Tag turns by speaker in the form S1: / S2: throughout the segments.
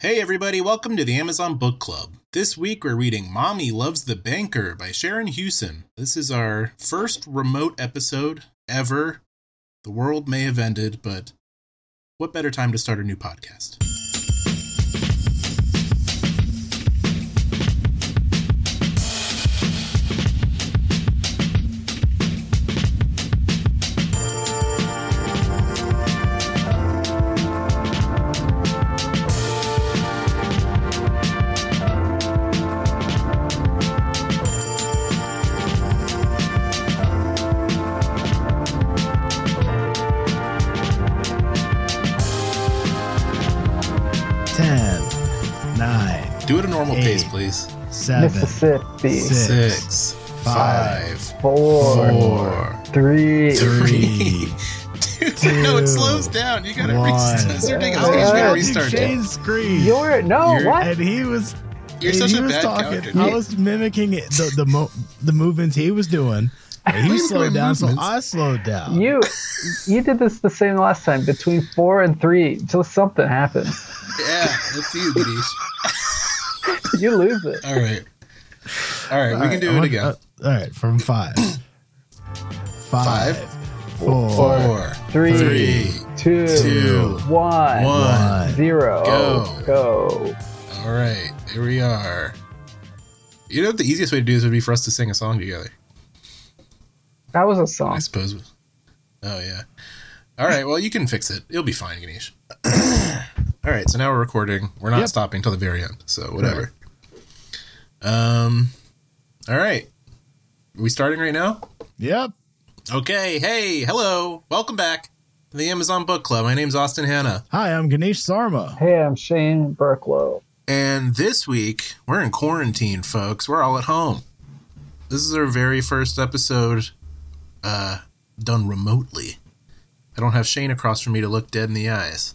S1: Hey everybody, welcome to the Amazon Book Club. This week we're reading Mommy Loves the Banker by Sharon Hewson. This is our first remote episode ever. The world may have ended, but what better time to start a new podcast?
S2: Ten, nine,
S1: Do it a normal pace,
S2: Hey.
S1: please.
S2: seven,
S3: Mississippi.
S2: Six,
S1: Six, five,
S2: five,
S3: Four,
S1: four,
S3: three.
S1: three.
S2: three.
S1: Dude, no, it slows down. You gotta
S2: one.
S1: restart. It's ridiculous. You just gotta
S3: Yeah,
S1: restart it.
S2: Shane's screen.
S3: You're no
S1: You're-
S3: what?
S2: and he was
S1: You're
S2: and
S1: such
S2: he
S1: a
S2: was
S1: bad
S2: talking.
S1: counter.
S2: I was mimicking it, the the, mo- the movements he was doing. And
S1: Mimicking
S2: he slowed down, so
S1: movements.
S2: I slowed down.
S3: You you did this the same last time between four and three till something happened.
S1: Yeah, that's you, Gideesh.
S3: You lose it.
S1: All right. All right,
S2: All
S1: we
S2: right,
S1: can do
S2: I
S1: it
S2: want-
S1: again.
S2: uh, all right, from five, five,
S1: Five,
S2: four,
S1: Four,
S3: Three,
S1: three,
S3: two,
S1: two,
S3: one,
S1: one.
S2: one.
S3: zero,
S1: Go.
S3: go.
S1: All right, here we are. You know what the easiest way to do this would be for us to sing a song together.
S3: That was a
S1: I
S3: song.
S1: suppose. Oh yeah. All right. Well, you can fix it. You'll be fine, Ganesh. All right. So now we're recording. We're not
S2: Yep.
S1: stopping till the very end. So whatever. Um. All right. Are we starting right now?
S2: Yep.
S1: Okay. Hey. Hello. Welcome back to the Amazon Book Club. My name's Austin Hanna.
S2: Hi, I'm Ganesh Sarma.
S3: Hey, I'm Shane Burklow.
S1: And this week, we're in quarantine, folks. We're all at home. This is our very first episode uh, done remotely. I don't have Shane across from me to look dead in the eyes.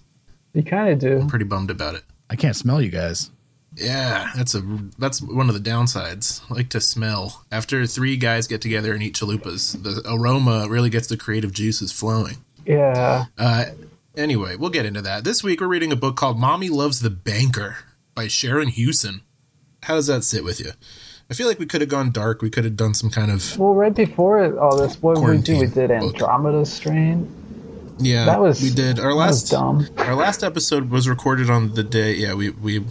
S3: You kind of do.
S1: I'm pretty bummed about it.
S2: I can't smell you guys.
S1: Yeah, that's a that's one of the downsides. I like to smell. After three guys get together and eat chalupas, the aroma really gets the creative juices flowing.
S3: Yeah.
S1: Uh, anyway, we'll get into that. This week we're reading a book called Mommy Loves the Banker by Sharon Hewson. How does that sit with you? I feel like we could have gone dark. We could have done some kind of
S3: Well, right before all this, what did we do? We
S1: Quarantine
S3: did
S1: book.
S3: Andromeda Strain.
S1: yeah.
S3: That was
S1: we did our
S3: That
S1: last
S3: was dumb.
S1: our last episode was recorded on the day. Yeah, we we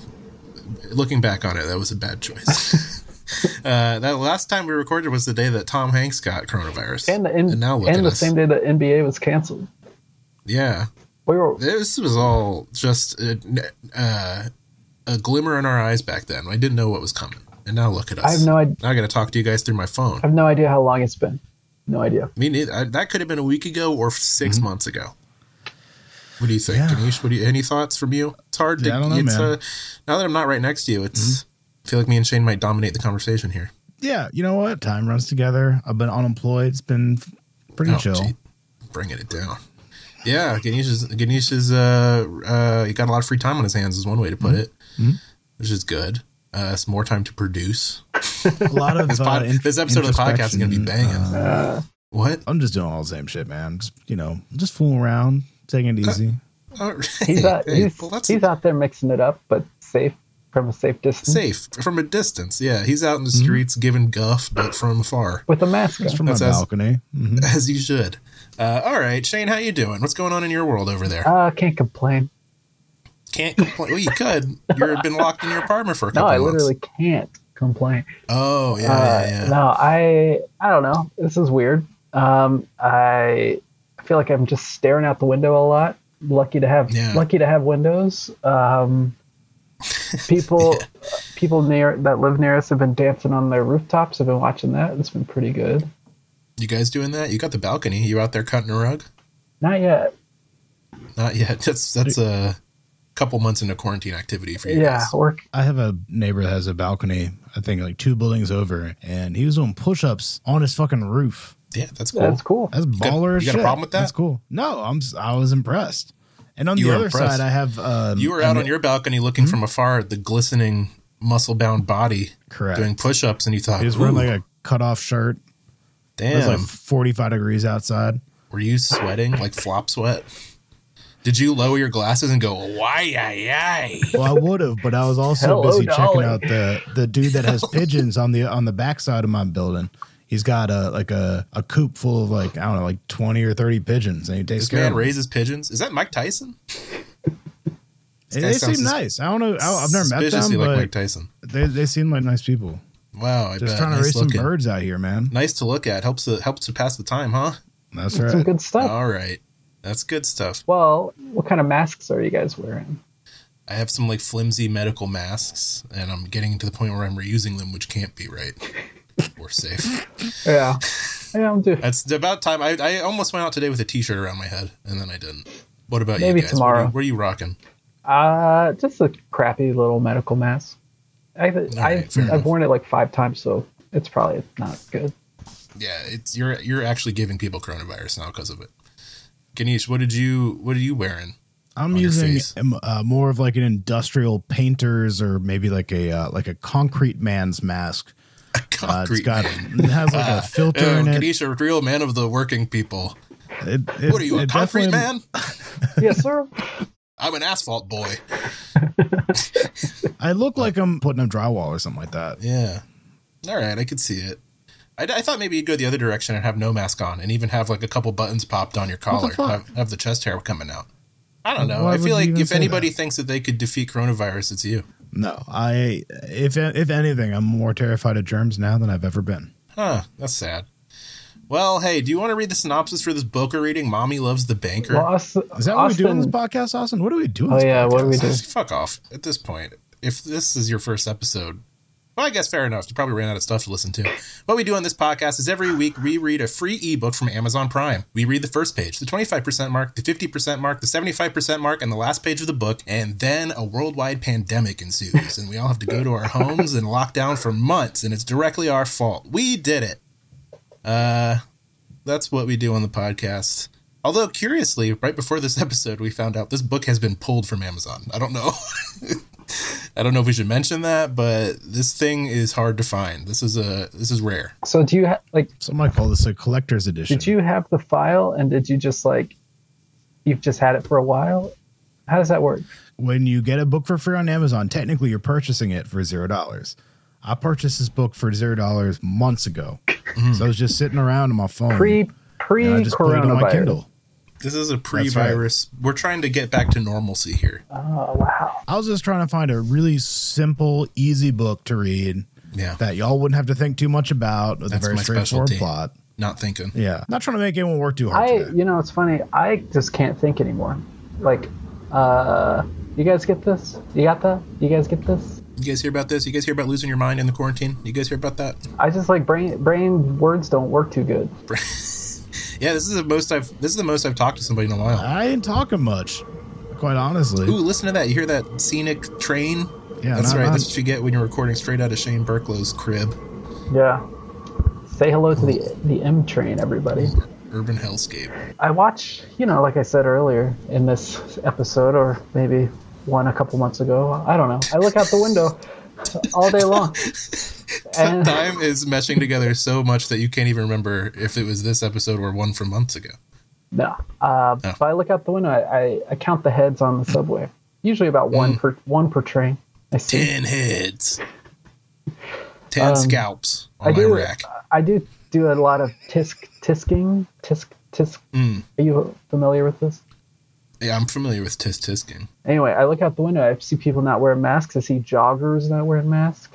S1: looking back on it, that was a bad choice. uh, that last time we recorded was the day that Tom Hanks got coronavirus.
S3: And the in,
S1: And now look at
S3: and the
S1: us.
S3: same day the NBA was canceled.
S1: yeah,
S3: We were
S1: this was all just a, uh, a glimmer in our eyes back then. I didn't know what was coming, and now look at us.
S3: I have no idea.
S1: Now I got to talk to you guys through my phone.
S3: I have no idea how long it's been. No idea.
S1: I mean, it, I, that could have been a week ago or 6 months ago. What do you think,
S2: Mm-hmm. Yeah.
S1: Ganesh? What do you? Any thoughts from you? It's hard to.
S2: Yeah, I don't know,
S1: it's,
S2: man. Mm-hmm.
S1: Uh, now that I'm not right next to you, it's. I feel like me and Shane might dominate the conversation here.
S2: Yeah, you know what? Time runs together. I've been unemployed. It's been f- pretty
S1: Oh,
S2: chill.
S1: gee, bringing it down. Yeah, Ganesh is Ganesh is uh uh he got a lot of free time on his hands is one way to put it,
S2: Mhm.
S1: which is good. Uh, it's more time to produce.
S2: A lot of
S1: This, pod,
S2: uh, int-
S1: this episode of the podcast is going to be
S2: introspection,
S1: banging.
S2: uh,
S3: Uh,
S1: what?
S2: I'm just doing all the same shit, man. Just you know, just fooling around, taking it easy.
S1: All right.
S3: he's out,
S1: Hey,
S3: he's,
S1: well, that's
S3: he's out there mixing it up, but safe from a safe distance
S1: safe from a distance. Yeah, he's out in
S2: Mm-hmm.
S1: the streets giving guff, but from afar,
S3: with a mask
S2: It's
S3: on.
S2: from my
S1: That's us.
S2: balcony. hmm
S1: as you should. Uh, all right, Shane, how you doing? What's going on in your world over there?
S3: Uh, can't complain.
S1: Can't complain. Well, you could. You've been locked in your apartment for a
S3: No,
S1: couple
S3: I
S1: months.
S3: literally can't complain.
S1: Oh yeah,
S3: uh,
S1: yeah, yeah.
S3: No, I I don't know. This is weird. Um, I I feel like I'm just staring out the window a lot. Lucky to have
S1: Yeah.
S3: lucky to have windows. Um, people people near that live near us have been dancing on their rooftops. I've been watching that. It's been pretty good.
S1: You guys doing that? You got the balcony. You out there cutting a rug?
S3: Not yet.
S1: Not yet. That's that's a couple months into quarantine activity for you.
S3: Yeah,
S1: guys.
S3: we're
S2: I have a neighbor that has a balcony. I think like two buildings over, and he was doing push-ups on his fucking roof.
S1: yeah, that's cool.
S3: That's cool.
S2: That's
S1: got-
S2: baller. as
S1: you got a
S2: shit.
S1: problem with that?
S2: That's cool. No, I'm. s- I was impressed. And on
S1: You
S2: the
S1: were
S2: other
S1: impressed.
S2: side, I have. Um,
S1: you were out on your balcony looking from afar at the glistening, muscle-bound body
S2: correct.
S1: doing push-ups, and you thought,
S2: he was wearing
S1: "Ooh,
S2: like a cutoff shirt. It
S1: "Damn,
S2: was like 45 degrees outside.
S1: were you sweating like flop sweat?" Did you lower your glasses and go, why, ay, ay?
S2: Well, I would have, but I was also
S3: Hello,
S2: busy checking
S3: Dolly.
S2: out the the dude that has pigeons on the on the backside of my building. He's got a like a a coop full of like I don't know like twenty or thirty pigeons, and he takes
S1: This
S2: care
S1: man
S2: of. 'em.
S1: raises pigeons. Is that Mike Tyson?
S2: They,
S1: guy
S2: they
S1: sounds
S2: seem
S1: sus-
S2: nice. I don't know. I, I've never met
S1: Suspiciously
S2: them,
S1: like
S2: but
S1: Mike Tyson.
S2: they they seem like nice people.
S1: Wow, I
S2: Just
S1: bet.
S2: trying to
S1: nice
S2: raise
S1: looking.
S2: some birds out here, man.
S1: Nice to look at. Helps to, helps to pass the time, huh?
S2: That's
S3: Some
S2: right. Uh,
S3: good stuff.
S1: All right. That's good stuff.
S3: Well, what kind of masks are you guys wearing?
S1: I have some like flimsy medical masks, and I'm getting to the point where I'm reusing them, which can't be right or safe.
S3: Yeah. Yeah, I'm doing.
S1: That's about time. I, I almost went out today with a t shirt around my head, and then I didn't. What about
S3: Maybe
S1: you guys?
S3: tomorrow.
S1: What are, what are you rocking?
S3: Uh, just a crappy little medical mask. I, I've,
S1: fair enough.
S3: I've worn it like five times, so it's probably not good.
S1: Yeah, it's you're you're actually giving people coronavirus now because of it. Ganesh, what did you what are you wearing?
S2: I'm
S1: on your
S2: using
S1: face.
S2: um, uh, more of like an industrial painter's or maybe like a uh, like a concrete man's mask.
S1: A
S2: Uh, it's
S1: concrete
S2: got
S1: man.
S2: it has like a filter
S1: Oh,
S2: in it.
S1: Ganesh, a real man of the working people.
S2: It- it-
S1: What are you, a
S2: it
S1: concrete
S2: definitely-
S1: man?
S3: yes, sir.
S1: I'm an asphalt boy.
S2: I look like I'm putting up drywall or something like that.
S1: Yeah. All right, I could see it. I, I thought maybe you'd go the other direction and have no mask on, and even have like a couple buttons popped on your
S2: the
S1: collar,
S2: fuck?
S1: have, have the chest hair coming out. I don't know.
S2: Why
S1: I
S2: would you
S1: feel like
S2: even
S1: if
S2: say
S1: anybody thinks that they could defeat coronavirus, it's you.
S2: No, I if if anything, I'm more terrified of germs now than I've ever been.
S1: Huh? That's sad. Well, hey, do you want to read the synopsis for this book we're reading? Mommy loves the banker.
S3: Well, Aus-
S2: Is that what we
S3: Austin,
S2: do on this podcast, Austin? What do we do? on
S3: Oh,
S2: this
S3: yeah, what do we
S2: podcast?
S3: do?
S1: Fuck off. At this point, if this is your first episode, well, I guess fair enough. You probably ran out of stuff to listen to. What we do on this podcast is every week we read a free ebook from Amazon Prime. We read the first page, the 25% mark, the 50% mark, the 75% mark, and the last page of the book, and then a worldwide pandemic ensues, and we all have to go to our homes and lock down for months, and it's directly our fault. We did it. Uh, that's what we do on the podcast. Although curiously, right before this episode, we found out this book has been pulled from Amazon. I don't know. I don't know if we should mention that, but this thing is hard to find. This is a this is rare.
S3: so do you have like?
S2: So I might call this a collector's edition.
S3: Did you have the file, and did you just like? You've just had it for a while. How does that work?
S2: when you get a book for free on Amazon, technically you're purchasing it for zero dollars. I purchased this book for zero dollars months ago, so I was just sitting around on my phone.
S3: Pre pre
S2: and Hmm. I just put it on my
S3: coronavirus.
S2: Kindle.
S1: This is a pre-virus. We're trying to get back to normalcy here.
S3: Oh wow!
S2: I was just trying to find a really simple, easy book to read
S1: Yeah,
S2: that y'all wouldn't have to think too much about with
S1: That's
S2: a very
S1: my
S2: straightforward
S1: specialty.
S2: plot.
S1: not thinking.
S2: Yeah, not trying to make anyone work too hard.
S3: I
S2: today.
S3: you know it's funny. I just can't think anymore. Like, uh, you guys get this? You got that? You guys get this?
S1: You guys hear about this? You guys hear about losing your mind in the quarantine? You guys hear about that?
S3: I just like brain brain words don't work too good.
S1: Yeah, this is the most I've this is the most I've talked to somebody in a while.
S2: I ain't talking much, quite honestly.
S1: Ooh, listen to that! You hear that scenic train?
S2: yeah,
S1: That's
S2: not-
S1: right.
S2: not-
S1: That's what you get when you're recording straight out of Shane Burklow's crib.
S3: Yeah. Say hello to the the M train, everybody.
S1: urban hellscape.
S3: I watch, you know, like I said earlier in this episode, or maybe one a couple months ago. I don't know. I look out the window all day long. And
S1: Time is meshing together so much that you can't even remember if it was this episode or one from months ago.
S3: no, uh, if I look out the window, I, I, I count the heads on the subway. Usually about one per one per train. I see.
S1: Ten heads, ten scalps on
S3: Um, I
S1: my
S3: do.
S1: rack.
S3: I do do a lot of tisk tisking. Tisk tisk.
S1: Mm.
S3: Are you familiar with this?
S1: Yeah, I'm familiar with tisk tisking.
S3: Anyway, I look out the window. I see people not wearing masks. I see joggers not wearing masks.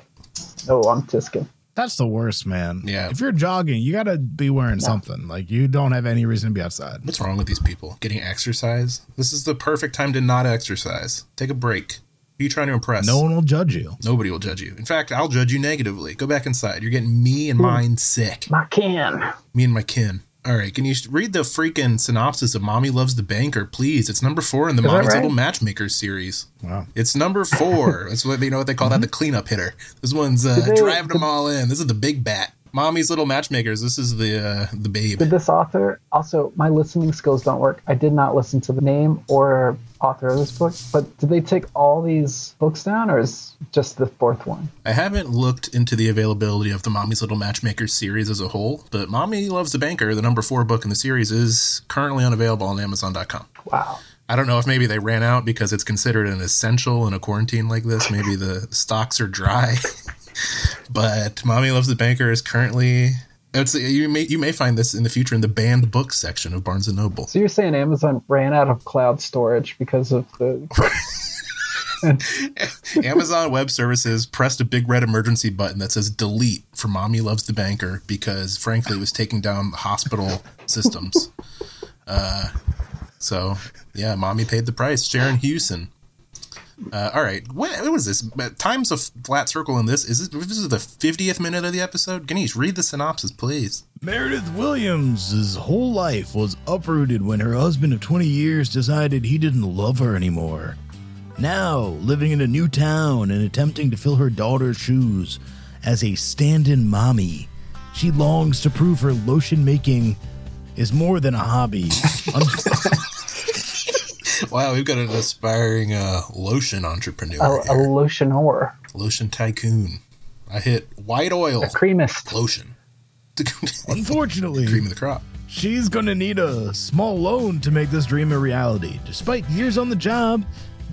S3: Oh, I'm tisking.
S2: That's the worst, man.
S1: Yeah.
S2: If you're jogging, you gotta be wearing something. Like you don't have any reason to be outside.
S1: What's wrong with these people? Getting exercise? This is the perfect time to not exercise. Take a break. Who are you trying to impress?
S2: No one will judge you.
S1: Nobody will judge you. In fact, I'll judge you negatively. Go back inside. You're getting me
S3: Hmm.
S1: and mine sick.
S3: My can.
S1: Me and my kin. All right, can you sh- read the freaking synopsis of Mommy Loves the Banker, please? It's number four in the
S3: that
S1: Mommy's
S3: right?
S1: Little Matchmaker series.
S2: Wow.
S1: It's number four. That's what you know what they call that the cleanup hitter. This one's uh,
S3: Did they-
S1: driving them all in. This is the big bat. Mommy's Little Matchmakers. This is the uh, the babe.
S3: Did this author also? My listening skills don't work. I did not listen to the name or author of this book. But did they take all these books down, or is just the fourth one?
S1: I haven't looked into the availability of the Mommy's Little Matchmakers series as a whole, but Mommy Loves the Banker, the number four book in the series, is currently unavailable on Amazon.com.
S3: Wow.
S1: I don't know if maybe they ran out because it's considered an essential in a quarantine like this. Maybe the stocks are dry. but Mommy Loves the Banker is currently. It's, you may you may find this in the future in the banned books section of Barnes and Noble.
S3: So you're saying Amazon ran out of cloud storage because of the
S1: Amazon Web Services pressed a big red emergency button that says delete for Mommy Loves the Banker because, frankly, it was taking down the hospital systems. Uh, so, yeah, Mommy paid the price. Sharon Hewson. Uh, all right, what, what was this? Times a flat circle in this. Is this, this is the 50th minute of the episode? Ganesh, read the synopsis, please.
S2: Meredith Williams' whole life was uprooted when her husband of 20 years decided he didn't love her anymore. Now, living in a new town and attempting to fill her daughter's shoes as a stand in mommy, she longs to prove her lotion making is more than a hobby.
S1: Wow, we've got an aspiring uh, lotion entrepreneur.
S3: a, a
S1: here.
S3: lotion whore,
S1: Lotion tycoon. I hit white oil
S3: a creamist.
S1: lotion.
S2: Unfortunately,
S1: Cream of the crop.
S2: She's gonna need a small loan to make this dream a reality. Despite years on the job,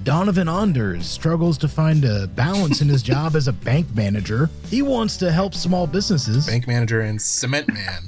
S2: Donovan Anders struggles to find a balance in his job as a bank manager. He wants to help small businesses.
S1: Bank manager and cement man.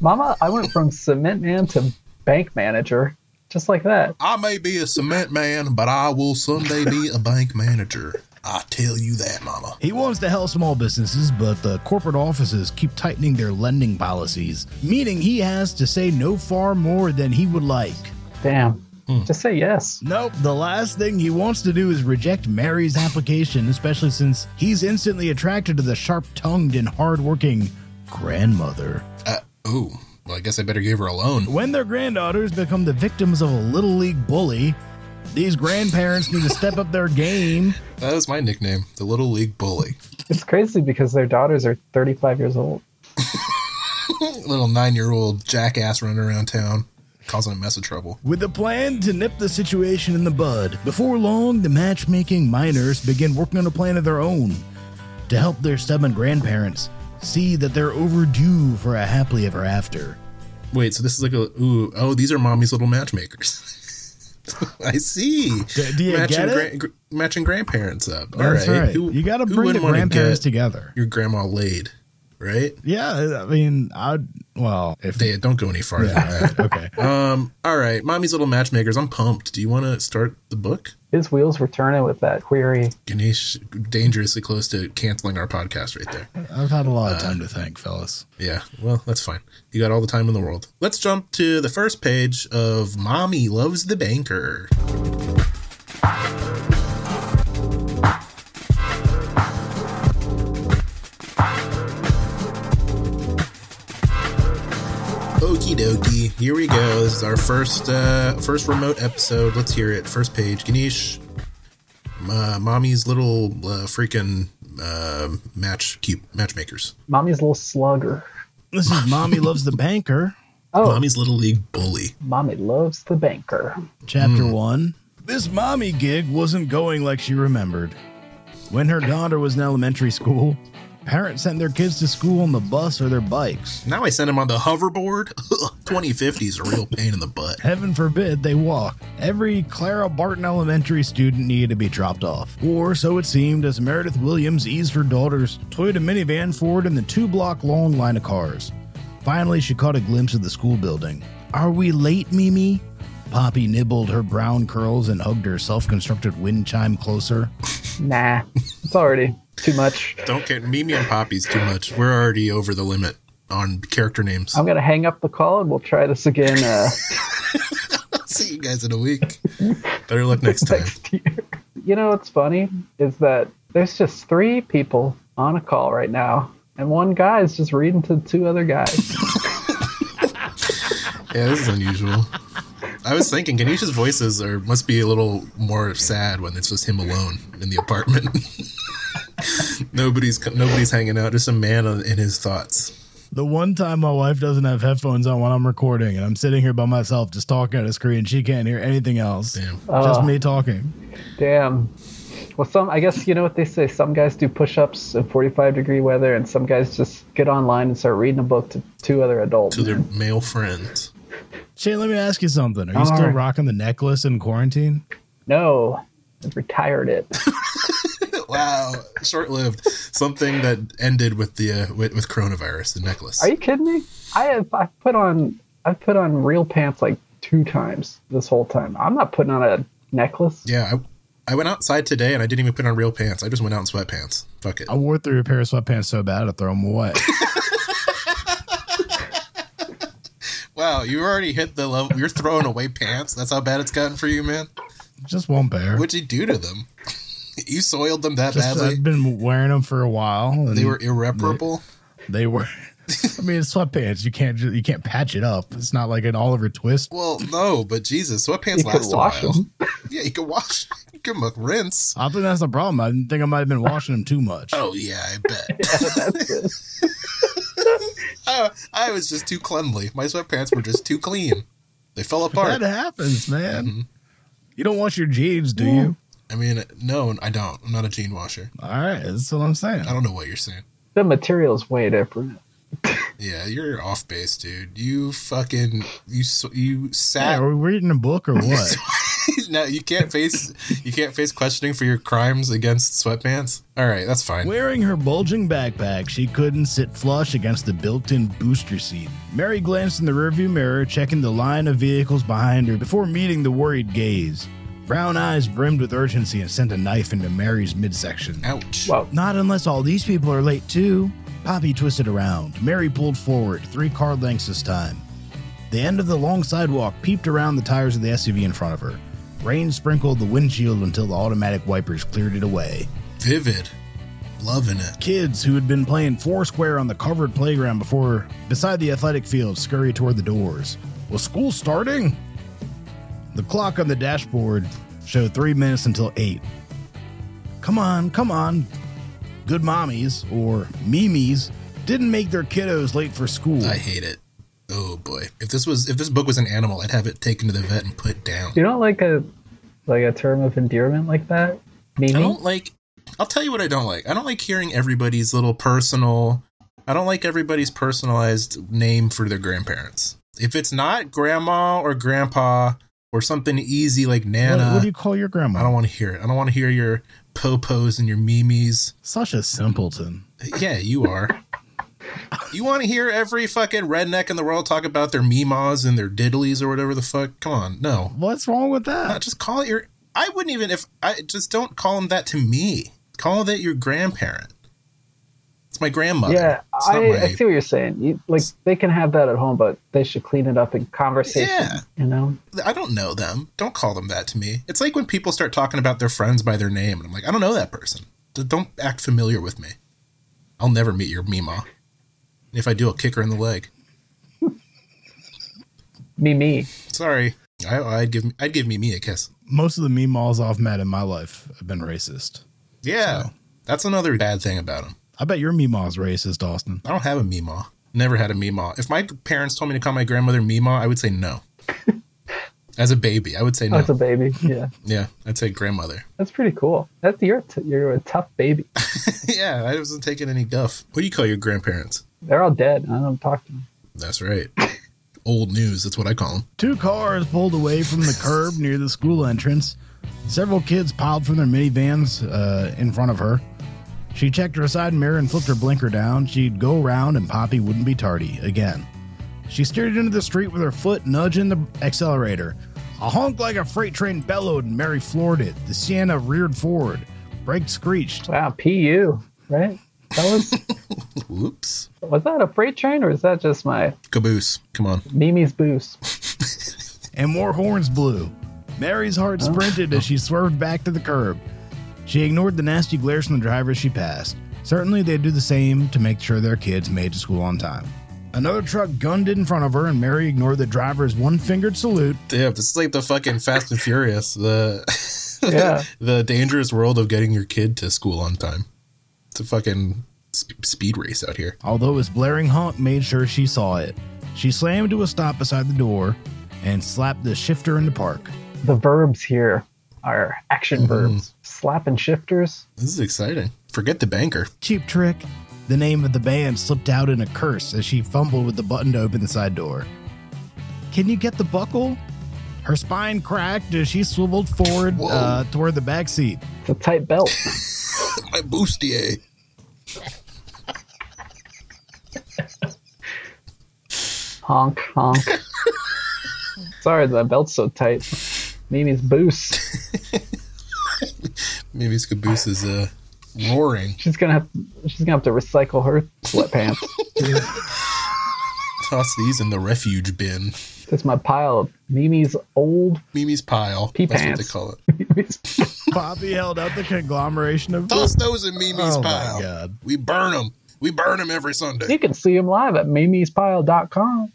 S3: Mama, I went from cement man to bank manager, just like that.
S1: I may be a cement man, but I will someday be a bank manager. I tell you that, mama.
S2: He wants to help small businesses, but the corporate offices keep tightening their lending policies, meaning he has to say no far more than he would like.
S3: Damn. Just say yes.
S2: Nope, the last thing he wants to do is reject Mary's application, especially since he's instantly attracted to the sharp tongued and hard working grandmother.
S1: Uh, oh, well, I guess I better give her a loan.
S2: When their granddaughters become the victims of a little league bully, these grandparents need to step up their game.
S1: That is my nickname, the Little League Bully.
S3: It's crazy because their daughters are 35 years old.
S1: Little nine year old jackass running around town, causing a mess of trouble.
S2: With a plan to nip the situation in the bud, before long, the matchmaking minors begin working on a plan of their own to help their stubborn grandparents see that they're overdue for a happily ever after.
S1: Wait, so this is like a ooh oh these are mommy's little matchmakers. I see.
S2: D- do you
S1: matching,
S2: get it?
S1: gra- gr- matching grandparents up. All
S2: That's
S1: right,
S2: right. you got to bring the
S1: wouldn't wanna
S2: grandparents
S1: get
S2: together.
S1: Your grandma laid, right?
S2: Yeah, I mean, I well, if
S1: They don't go any farther. than
S2: okay,
S1: that. Um. All right, mommy's little matchmakers. I'm pumped. Do you want to start the book?
S3: His wheels were turning with that query.
S1: Ganesh, dangerously close to canceling our podcast right there.
S2: I've had a lot of time to think, fellas.
S1: Yeah, well, that's fine. You got all the time in the world. Let's jump to the first page of Mommy Loves the Banker. Okie dokie, here we go. This is our first uh, first remote episode. Let's hear it. First page, Ganesh, uh, mommy's little uh, freaking uh, match cube matchmakers.
S3: Mommy's little slugger.
S2: This is Mommy Loves the Banker,
S3: Oh.
S1: Mommy's little league bully.
S3: Mommy loves the banker.
S2: Chapter 1. This mommy gig wasn't going like she remembered. When her daughter was in elementary school, parents sent their kids to school on the bus or their bikes.
S1: Now I send him on the hoverboard. 2050 is a real pain in the butt.
S2: Heaven forbid they walk. Every Clara Barton Elementary student needed to be dropped off. Or so it seemed as Meredith Williams eased her daughter's Toyota minivan forward in the two block long line of cars. Finally, she caught a glimpse of the school building. Are we late, Mimi? Poppy nibbled her brown curls and hugged her self constructed wind chime closer.
S3: Nah, it's already too much.
S1: Don't get Mimi and Poppy's too much. We're already over the limit on character names.
S3: I'm gonna hang up the call and we'll try this again uh,
S1: I'll see you guys in a week. Better luck next time.
S3: next year. You know what's funny is that there's just three people on a call right now, and one guy is just reading to two other guys.
S1: Yeah, this is unusual. I was thinking Ganesh's voices are must be a little more sad when it's just him alone in the apartment. nobody's nobody's hanging out. Just a man in his thoughts.
S2: The one time my wife doesn't have headphones on when I'm recording and I'm sitting here by myself just talking at a screen, she can't hear anything else.
S1: Damn.
S2: Just me talking.
S3: Damn. Well, some I guess you know what they say. Some guys do push-ups in 45 degree weather, and some guys just get online and start reading a book to two other adults.
S1: To their male friends.
S2: Shane, let me ask you something. Are you
S3: All
S2: still
S3: right.
S2: rocking the necklace in quarantine?
S3: No, I've retired it.
S1: wow, short-lived. Something that ended with the uh, with, with coronavirus. The necklace.
S3: Are you kidding me? I have I've put on I've put on real pants like two times this whole time. I'm not putting on a necklace.
S1: yeah, I, I went outside today and I didn't even put on real pants. I just went out in sweatpants. Fuck it.
S3: Oh.
S2: I wore through a pair of sweatpants so bad I throw them away.
S1: Wow, you already hit the level. You're throwing away pants. That's how bad it's gotten for you, man.
S2: Just one pair.
S1: What'd you do to them? You soiled them that
S3: uh,
S2: Just,
S1: badly.
S2: I've been wearing them for a while. And
S1: they were irreparable.
S2: They were. I mean, it's sweatpants. You can't. ju- You can't patch it up. It's not like an Oliver Twist.
S1: Well, no, but Jesus, sweatpants
S3: You could
S1: last
S3: wash
S1: a while.
S3: them.
S1: Yeah, you can wash. You can mu- rinse.
S2: I think that's the problem. I didn't think I might have been washing them too much.
S1: Oh yeah, I bet.
S3: That's it.
S1: I, I was just too cleanly. My sweatpants were just too clean. They fell
S2: that
S1: apart.
S2: happens, man.
S1: Mhm.
S2: You don't wash your jeans, do
S3: Yeah.
S2: you?
S1: I mean, no, I don't. I'm not a jean washer.
S2: All right, that's what I'm saying.
S1: I don't know what you're saying.
S3: the material's way different.
S1: Yeah, you're off base, dude. You fucking you s- you
S2: Yeah,
S1: sat
S2: are we reading a book or what?
S1: no, you can't face you can't face questioning for your crimes against sweatpants. All right, that's fine.
S2: Wearing her bulging backpack, she couldn't sit flush against the built in booster seat. Mary glanced in the rearview mirror, checking the line of vehicles behind her before meeting the worried gaze. Brown eyes brimmed with urgency and sent a knife into Mary's midsection.
S1: Ouch.
S3: Well,
S2: Not unless all these people are late, too. Poppy twisted around. Mary pulled forward, three car lengths this time. The end of the long sidewalk peeped around the tires of the SUV in front of her. Rain sprinkled the windshield until the automatic wipers cleared it away.
S1: Vivid. Loving it.
S2: Kids who had been playing foursquare on the covered playground before, beside the athletic field, scurried toward the doors. Was school starting? The clock on the dashboard showed three minutes until eight. Come on, come on. Good mommies, or Mimi's, didn't make their kiddos late for school.
S1: I hate it. Oh boy. If this was if this book was an animal, I'd have it taken to the vet and put down.
S3: you don't like a like a term of endearment like that.
S1: I
S3: Meaning,
S1: don't like I'll tell you what I don't like. I don't like hearing everybody's little personal I don't like everybody's personalized name for their grandparents. If it's not grandma or grandpa or something easy like
S2: what,
S1: Nana,
S2: what do you call your grandma?
S1: I don't want to hear it. I don't want to hear your popos and your mimis.
S2: Such a simpleton.
S1: Yeah, you are. you want to hear every fucking redneck in the world talk about their memas and their diddlies or whatever the fuck? Come on, no.
S2: What's wrong with
S1: Uh,
S2: that?
S1: Just call it your. I wouldn't even if I just don't call them that to me. Call that your grandparent. It's my grandmother.
S3: yeah,
S1: It's not
S3: I,
S1: my-
S3: I see what you're saying. You, like they can have that at home, but they should clean it up in conversation.
S1: Yeah.
S3: You know,
S1: I don't know them. Don't call them that to me. It's like when people start talking about their friends by their name, and I'm like, I don't know that person. D- Don't act familiar with me. I'll never meet your mima. And if I do, I'll kick her in the leg.
S3: me me.
S1: Sorry. I, I'd give I'd give Mimi a kiss.
S2: Most of the Mima's I've met in my life have been racist.
S1: Yeah. That's another bad thing about him.
S2: I bet your Mima's racist, Austin.
S1: I don't have a Mima. Never had a Mima. If my parents told me to call my grandmother Mima, I would say no. As a baby, I would say
S3: Oh,
S1: no.
S3: it's a baby. Yeah,
S1: yeah, I'd say grandmother.
S3: that's pretty cool. That's you're a t- you're a tough baby.
S1: yeah, I wasn't taking any guff. What do you call your grandparents?
S3: They're all dead. I don't talk to them.
S1: That's right. Old news. That's what I call them.
S2: Two cars pulled away from the curb near the school entrance. Several kids piled from their minivans uh, in front of her. She checked her side mirror and flipped her blinker down. She'd go around and Poppy wouldn't be tardy again. She steered into the street with her foot nudging the accelerator. A honk like a freight train bellowed and Mary floored it. The Sienna reared forward. Brakes screeched.
S3: Wow, pu right? That was
S1: Whoops.
S3: was that a freight train or is that just my
S1: Caboose. Come on.
S3: Mimi's boost?
S2: and more horns blew. Mary's heart sprinted as she swerved back to the curb. She ignored the nasty glares from the drivers she passed. Certainly, they'd do the same to make sure their kids made to school on time. Another truck gunned in front of her, and Mary ignored the driver's one fingered salute.
S1: Yeah, this is like the fucking Fast and Furious. The
S3: Yeah.
S1: the dangerous world of getting your kid to school on time. It's a fucking sp- speed race out here.
S2: although his blaring honk made sure she saw it. She slammed to a stop beside the door and slapped the shifter in the park.
S3: The verbs here are action
S1: Mm-hmm.
S3: verbs. Slap and shifters.
S1: This is exciting. Forget the banker.
S2: Cheap trick. The name of the band slipped out in a curse as she fumbled with the button to open the side door. Can you get the buckle? Her spine cracked as she swiveled forward
S4: Whoa.
S2: uh, toward the back seat.
S3: It's a tight belt.
S4: My bustier.
S3: Honk, honk. Sorry, the belt's so tight. Mimi's boost.
S1: Maybe it's Caboose is uh, roaring.
S3: She's gonna have. She's gonna have to recycle her sweatpants.
S1: Toss these in the refuge bin.
S3: That's my pile of Mimi's old
S1: Mimi's pile.
S3: Pee
S1: That's what
S3: pants.
S1: they call it.
S3: Mimi's
S2: Poppy held out the conglomeration of.
S1: Toss those in Mimi's
S2: Oh my
S1: pile.
S2: God.
S1: We burn them. We burn them every Sunday.
S3: You can see him live at mimispile.com.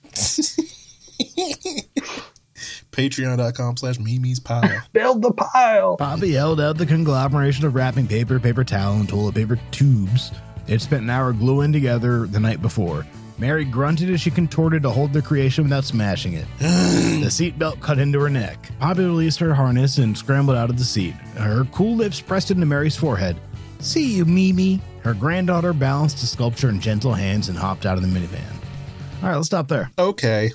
S1: Patreon.com slash Mimi's pile.
S3: Build the pile.
S2: Poppy held out the conglomeration of wrapping paper, paper towel, and toilet paper tubes they'd spent an hour gluing together the night before. Mary grunted as she contorted to hold the creation without smashing it. the seatbelt cut into her neck. Poppy released her harness and scrambled out of the seat. Her cool lips pressed into Mary's forehead. See you, Mimi. Her granddaughter balanced the sculpture in gentle hands and hopped out of the minivan. All right, let's stop there.
S1: okay.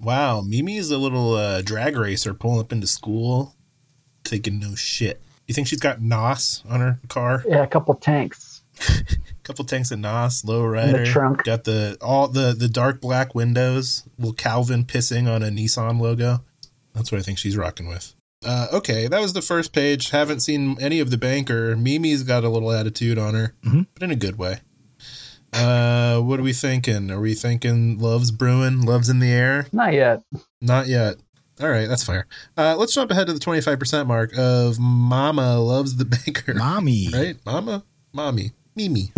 S1: Wow, Mimi is a little uh, drag racer pulling up into school, taking no shit. You think she's got NOS on her car?
S3: Yeah, a couple tanks.
S1: couple tanks of Nos, low
S3: the
S1: rider.
S3: trunk.
S1: Got the all the the dark black windows. Little Calvin pissing on a Nissan logo. That's what I think she's rocking with. Uh, okay, that was the first page. Haven't seen any of the banker. Mimi's got a little attitude on her,
S2: Mhm.
S1: but in a good way. Uh, what are we thinking? Are we thinking love's brewing? Love's in the air?
S3: Not yet.
S1: Not yet. All right, that's fair. Uh, let's jump ahead to the twenty five percent mark of Mama loves the banker.
S2: Mommy.
S1: Right, Mama, mommy, Mimi.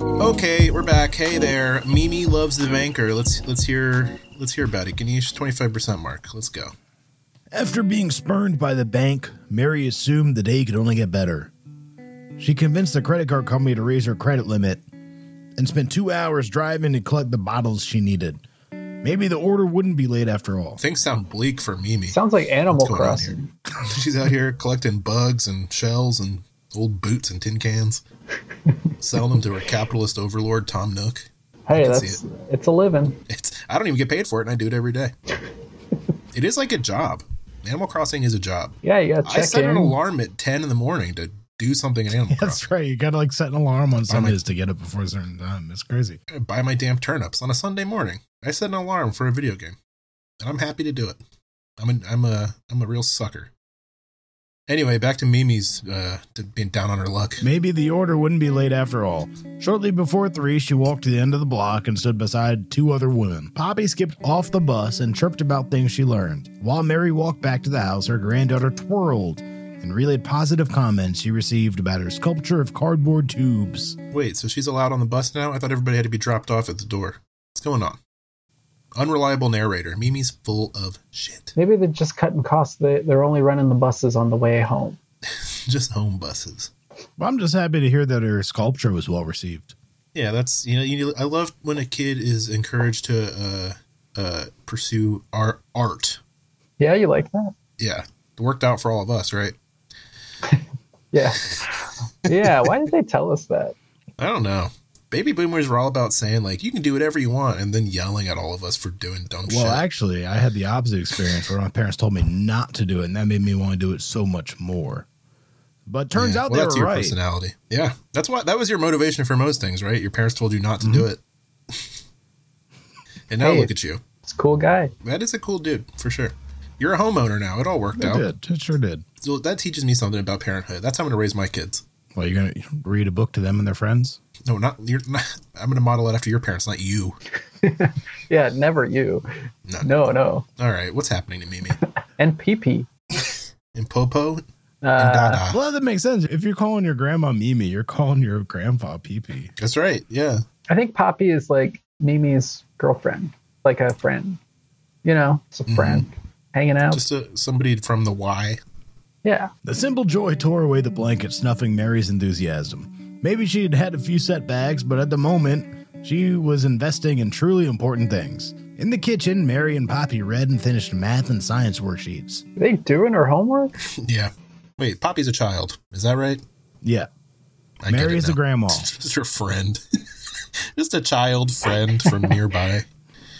S1: Okay, we're back. Hey there, Mimi loves the banker. Let's let's hear let's hear about it. Can you twenty five percent mark? Let's go.
S2: After being spurned by the bank, Mary assumed the day could only get better. She convinced the credit card company to raise her credit limit and spent two hours driving to collect the bottles she needed. Maybe the order wouldn't be late after all.
S1: Things sound bleak for Mimi.
S3: Sounds like Animal
S1: What's going on
S3: Crossing.
S1: She's out here collecting bugs and shells and old boots and tin cans, selling them to her capitalist overlord Tom Nook.
S3: Hey,
S1: can
S3: that's
S1: see
S3: it's a living.
S1: It's I don't even get paid for it, and I do it every day. it is like a job. Animal Crossing is a job.
S3: Yeah, you gotta
S1: I
S3: check
S1: set
S3: in.
S1: an alarm at ten in the morning to do something in Animal Crossing.
S2: That's right. You gotta like set an alarm on Sundays to get up before a certain time. It's crazy.
S1: Buy my damn turnips on a Sunday morning. I set an alarm for a video game, and I'm happy to do it. I'm an, I'm a I'm a real sucker. Anyway, back to Mimi's uh, to being down on her luck.
S2: Maybe the order wouldn't be late after all. Shortly before three, she walked to the end of the block and stood beside two other women. Poppy skipped off the bus and chirped about things she learned. While Mary walked back to the house, her granddaughter twirled and relayed positive comments she received about her sculpture of cardboard tubes.
S1: Wait, so she's allowed on the bus now? I thought everybody had to be dropped off at the door. What's going on? Unreliable narrator. Mimi's full of shit.
S3: Maybe they're just cutting costs. They, they're only running the buses on the way home.
S1: Just home buses.
S2: Well, I'm just happy to hear that her sculpture was well received.
S1: Yeah, that's you know, you I love when a kid is encouraged to uh, uh, pursue our art.
S3: Yeah, you like that?
S1: Yeah, it worked out for all of us, right?
S3: Yeah. yeah, why did they tell us that?
S1: I don't know. Baby boomers were all about saying like you can do whatever you want, and then yelling at all of us for doing dumb
S2: Well,
S1: Oh, shit.
S2: actually, I had the opposite experience where my parents told me not to do it, and that made me want to do it so much more. But turns
S1: Yeah.
S2: out
S1: Well,
S2: they
S1: that's
S2: were
S1: your
S2: right.
S1: personality. Yeah, that's why that was your motivation for most things, right? Your parents told you not to
S2: Mm-hmm.
S1: do it, and now
S3: Hey.
S1: look at you.
S3: It's a cool guy.
S1: That is a cool dude for sure. You're a homeowner now. It all worked
S2: They
S1: out.
S2: did. It sure did.
S1: So that teaches me something about parenthood. That's how I'm going to raise my kids.
S2: Well, you're gonna read a book to them and their friends.
S1: No, not you're. Not, I'm going to model it after your parents, not you.
S3: Yeah, never you.
S1: No.
S3: No, no.
S1: All right, what's happening to Mimi
S3: And PP.
S1: and Popo and
S3: Uh,
S1: Dada?
S2: Well, that makes sense. If you're calling your grandma Mimi, you're calling your grandpa Pee-Pee.
S1: That's right. Yeah,
S3: I think Poppy is like Mimi's girlfriend, like a friend. You know, it's a friend hanging out.
S1: Mm-hmm. just a, somebody from the Y.
S3: yeah.
S2: The simple joy tore away the blanket, snuffing Mary's enthusiasm. Maybe she had had a few setbacks, but at the moment, she was investing in truly important things. In the kitchen, Mary and Poppy read and finished math and science worksheets.
S3: Are they doing her homework?
S1: Yeah, Wait, Poppy's a child. Is that right?
S2: Yeah.
S1: I get
S2: Mary
S1: it
S2: is a
S1: now.
S2: grandma.
S1: Just her friend. Just a child friend from nearby.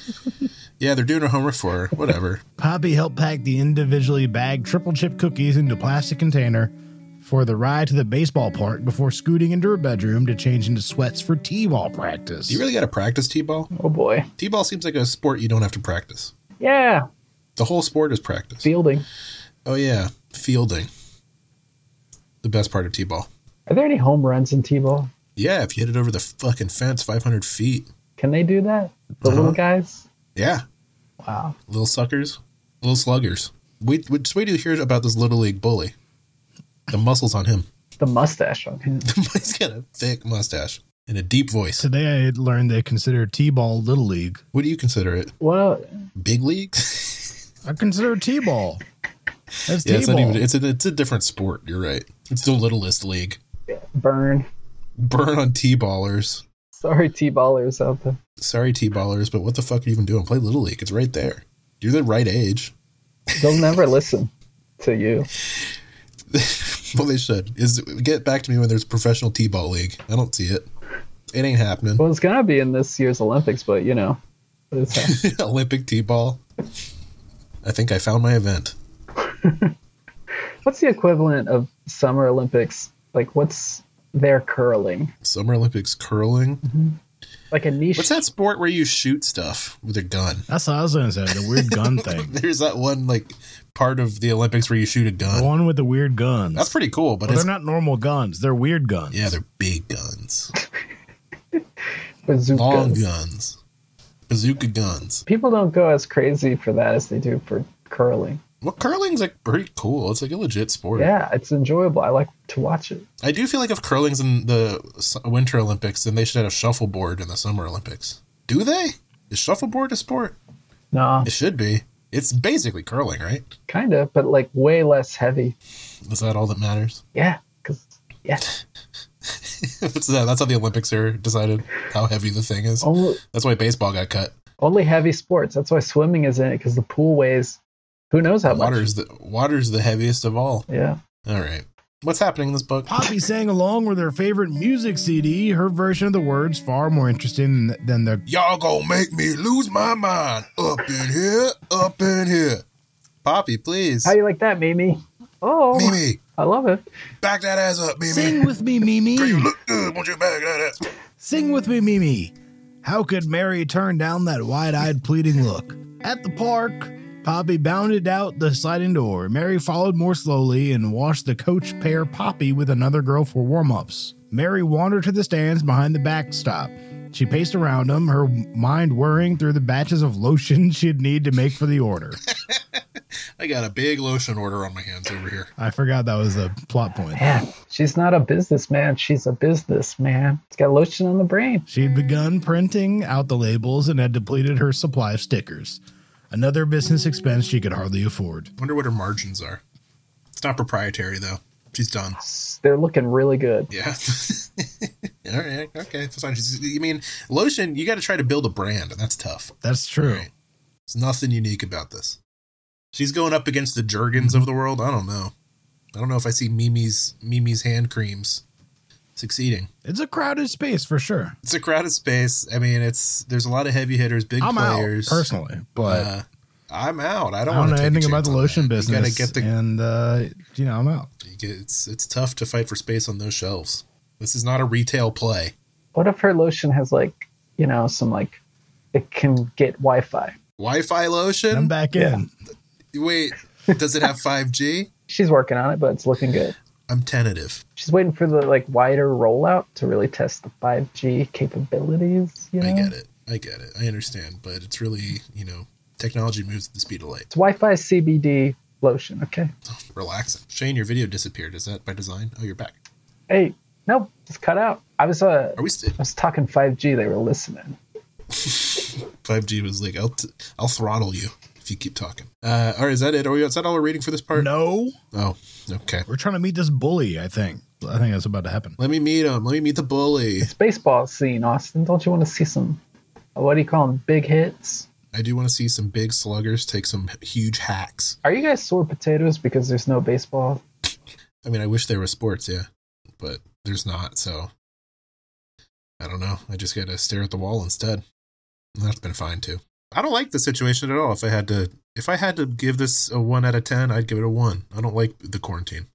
S1: yeah, they're doing her homework for her. Whatever.
S2: Poppy helped pack the individually bagged triple chip cookies into a plastic container for the ride to the baseball park before scooting into her bedroom to change into sweats for T ball practice.
S1: You really got to practice T-ball?
S3: Oh boy.
S1: T-ball seems like a sport you don't have to practice.
S3: Yeah.
S1: The whole sport is practice.
S3: Fielding.
S1: Oh, yeah. Fielding. The best part of T-ball.
S3: Are there any home runs in T-ball?
S1: Yeah, if you hit it over the fucking fence 500 feet.
S3: Can they do that? The
S1: Uh-huh.
S3: little guys?
S1: Yeah.
S3: Wow.
S1: Little suckers. Little sluggers. We, we, just wait till you hear about this Little League bully. The muscles on him.
S3: The mustache on him.
S1: He's got a thick mustache and a deep voice.
S2: Today I had learned they consider T ball Little League.
S1: What do you consider it?
S3: Well,
S1: Big leagues?
S2: I consider T ball. That's
S1: yeah,
S2: T
S1: it's not
S2: ball.
S1: even. It's a it's a different sport. You're right. It's the littlest league.
S3: burn.
S1: Burn on t-ballers.
S3: Sorry, T-ballers out there.
S1: Sorry, t-ballers, but what the fuck are you even doing? Play little league. It's right there. You're the right age.
S3: They'll never listen to you.
S1: well, they should. Is get back to me when there's a professional t-ball league. I don't see it. It ain't happening.
S3: Well, it's gonna be in this year's Olympics, but you know, it's-
S1: Olympic t-ball. I think I found my event.
S3: what's the equivalent of Summer Olympics? Like, what's their curling?
S1: Summer Olympics curling.
S3: Like a niche.
S1: What's that sport where you shoot stuff with a gun?
S2: That's what I was going to say. The weird gun thing.
S1: There's that one like part of the Olympics where you shoot a
S2: The
S1: gun.
S2: one with the weird guns.
S1: That's pretty cool, but
S2: Well,
S1: it's
S2: they're not normal guns. They're weird guns.
S1: yeah, they're big guns,
S3: bazookas?
S1: long guns, bazooka guns.
S3: People don't go as crazy for that as they do for curling.
S1: Well, curling's like pretty cool. It's like a legit sport.
S3: Yeah, it's enjoyable. I like to watch it.
S1: I do feel like if curling's in the s- Winter Olympics, then they should have shuffleboard in the Summer Olympics. Do they? Is shuffleboard a sport?
S3: No,
S1: It should be. It's basically curling, right?
S3: kind of, but like way less heavy.
S1: Is that all that matters?
S3: Yeah, because yeah,
S1: that's that's how the Olympics are decided. How heavy the thing is.
S3: only
S1: That's why baseball got cut.
S3: only heavy sports. That's why swimming is in it because the pool weighs who knows how
S1: Water
S3: much.
S1: is the water's the heaviest of all.
S3: Yeah,
S1: All right. What's happening in this book?
S2: Poppy sang along with her favorite music CD, her version of the words far more interesting than- than the
S4: Y'all gonna make me lose my mind. Up in here, up in here.
S1: Poppy, please.
S3: how you like that, Mimi? Oh,
S4: Mimi,
S3: I love it.
S4: back that ass up, Mimi.
S2: Sing with me, Mimi.
S4: You look good. Won't you back that ass?
S2: Sing with me, Mimi. How could Mary turn down that wide eyed, pleading look? At the park, Poppy bounded out the sliding door. Mary followed more slowly and watched the coach pair Poppy with another girl for warm ups. Mary wandered to the stands behind the backstop. She paced around them, her mind whirring through the batches of lotion she'd need to make for the order.
S1: I got a big lotion order on my hands over here.
S2: I forgot that was a plot point.
S3: Man, she's not a businessman. She's a businessman. It's got lotion on the brain.
S2: She'd begun printing out the labels and had depleted her supply of stickers, another business expense she could hardly afford.
S1: Wonder what her margins are. It's not proprietary though. She's done.
S3: They're looking really good.
S1: Yeah. All right. Okay. That's fine. She's, you mean lotion? You got to try to build a brand, and that's tough.
S2: That's true.
S1: Right. There's nothing unique about this. She's going up against the Jergens
S2: Mm-hmm.
S1: of the world. I don't know. I don't know if I see Mimi's Mimi's hand creams succeeding.
S2: It's a crowded space for sure.
S1: It's a crowded space. I mean, it's there's a lot of heavy hitters, big
S2: I'm
S1: players.
S2: out personally, but
S1: Uh, I'm out. I
S2: I
S1: don't,
S2: don't
S1: wanna
S2: know
S1: take a
S2: anything about
S1: chance
S2: the
S1: on
S2: lotion
S1: that. You
S2: business.
S1: gotta get the.
S2: and uh, you know, I'm out.
S1: you get- it's it's tough to fight for space on those shelves. This is not a retail play.
S3: What if her lotion has like, you know, some like, it can get Wi-Fi.
S1: Wi-Fi
S2: I'm
S1: lotion.
S2: back
S3: Yeah.
S2: in.
S1: Wait, does it have 5G?
S3: She's working on it, but it's looking good.
S1: I'm tentative.
S3: She's waiting for the like wider rollout to really test the 5G capabilities. You know,
S1: I get it. I get it. I understand, but it's really you know technology moves at the speed of light.
S3: it's Wi-Fi CBD lotion. Okay.
S1: relaxing. Shane, your video disappeared. Is that by design? Oh, you're back.
S3: Hey, no, it's cut out. I was uh, I
S1: Are we st-
S3: was talking 5G. They were listening.
S1: 5G was like, I'll, t- I'll throttle you if you keep talking. Uh, all right, is that it? Are we, is that all we're reading for this part?
S2: No,
S1: Oh, okay.
S2: we're trying to meet this bully. I think. I think that's about to happen.
S1: Let me meet him. Let me meet the bully.
S3: It's baseball scene, Austin. Don't you want to see some? What do you call them? Big hits.
S1: I do want to see some big sluggers take some huge hacks.
S3: Are you guys sore potatoes because there's no baseball?
S1: I mean, I wish there was sports, yeah, but there's not. So I don't know. I just got to stare at the wall instead. And that's been fine too. I don't like the situation at all. If I had to, if I had to give this a one out of ten, I'd give it a one. I don't like the quarantine.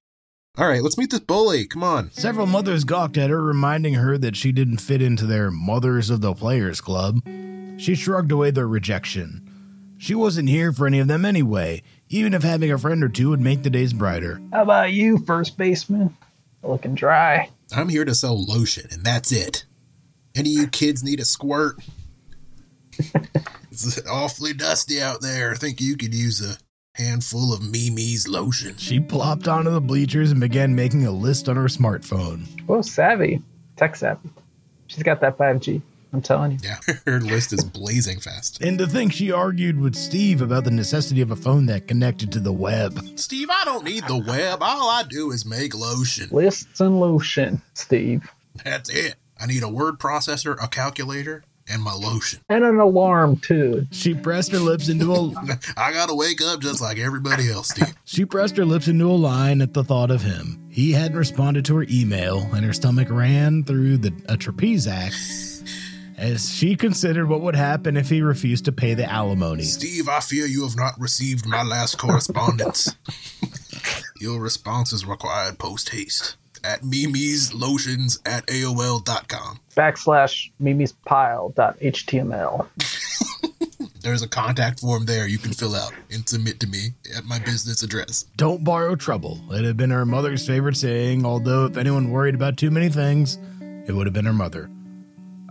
S1: All right, let's meet this bully. Come on.
S2: Several mothers gawked at her, reminding her that she didn't fit into their Mothers of the Players Club. She shrugged away their rejection. She wasn't here for any of them anyway, even if having a friend or two would make the days brighter.
S3: How about you, first baseman? Looking dry.
S1: I'm here to sell lotion, and that's it. Any of you kids need a squirt?
S4: It's awfully dusty out there. I think you could use a handful of Mimi's lotion.
S2: She plopped onto the bleachers and began making a list on her smartphone.
S3: Whoa, savvy. Tech savvy. She's got that 5G. I'm telling you.
S1: Yeah, her list is blazing fast.
S2: And to think she argued with Steve about the necessity of a phone that connected to the web.
S4: Steve, I don't need the web. All I do is make lotion.
S3: Lists and lotion, Steve.
S4: That's it. I need a word processor, a calculator, and my lotion.
S3: And an alarm, too.
S2: She pressed her lips into a
S4: I gotta wake up just like everybody else, Steve.
S2: she pressed her lips into a line at the thought of him. He hadn't responded to her email, and her stomach ran through the a trapeze act as she considered what would happen if he refused to pay the alimony.
S4: Steve, I fear you have not received my last correspondence. Your response is required post haste. At Mimi's Lotions at AOL.com.
S3: Backslash Mimi's pile.html.
S4: There's a contact form there you can fill out and submit to me at my business address.
S2: Don't borrow trouble. It had been her mother's favorite saying, although if anyone worried about too many things, it would have been her mother.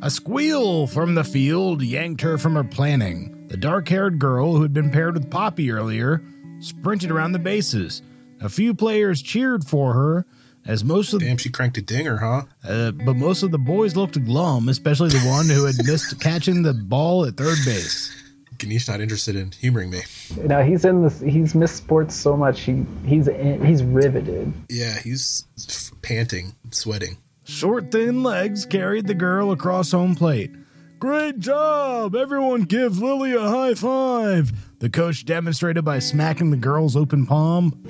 S2: A squeal from the field yanked her from her planning. The dark haired girl who had been paired with Poppy earlier sprinted around the bases. A few players cheered for her, as most of
S1: Damn, she cranked a dinger, huh?
S2: uh, but most of the boys looked glum, especially the one who had missed catching the ball at third base.
S1: Ganesh not interested in humoring me.
S3: Now he's in this. He's missed sports so much. He he's in, he's riveted.
S1: Yeah, he's f- panting, sweating.
S2: Short, thin legs carried the girl across home plate. Great job! Everyone give Lily a high five! The coach demonstrated by smacking the girl's open palm.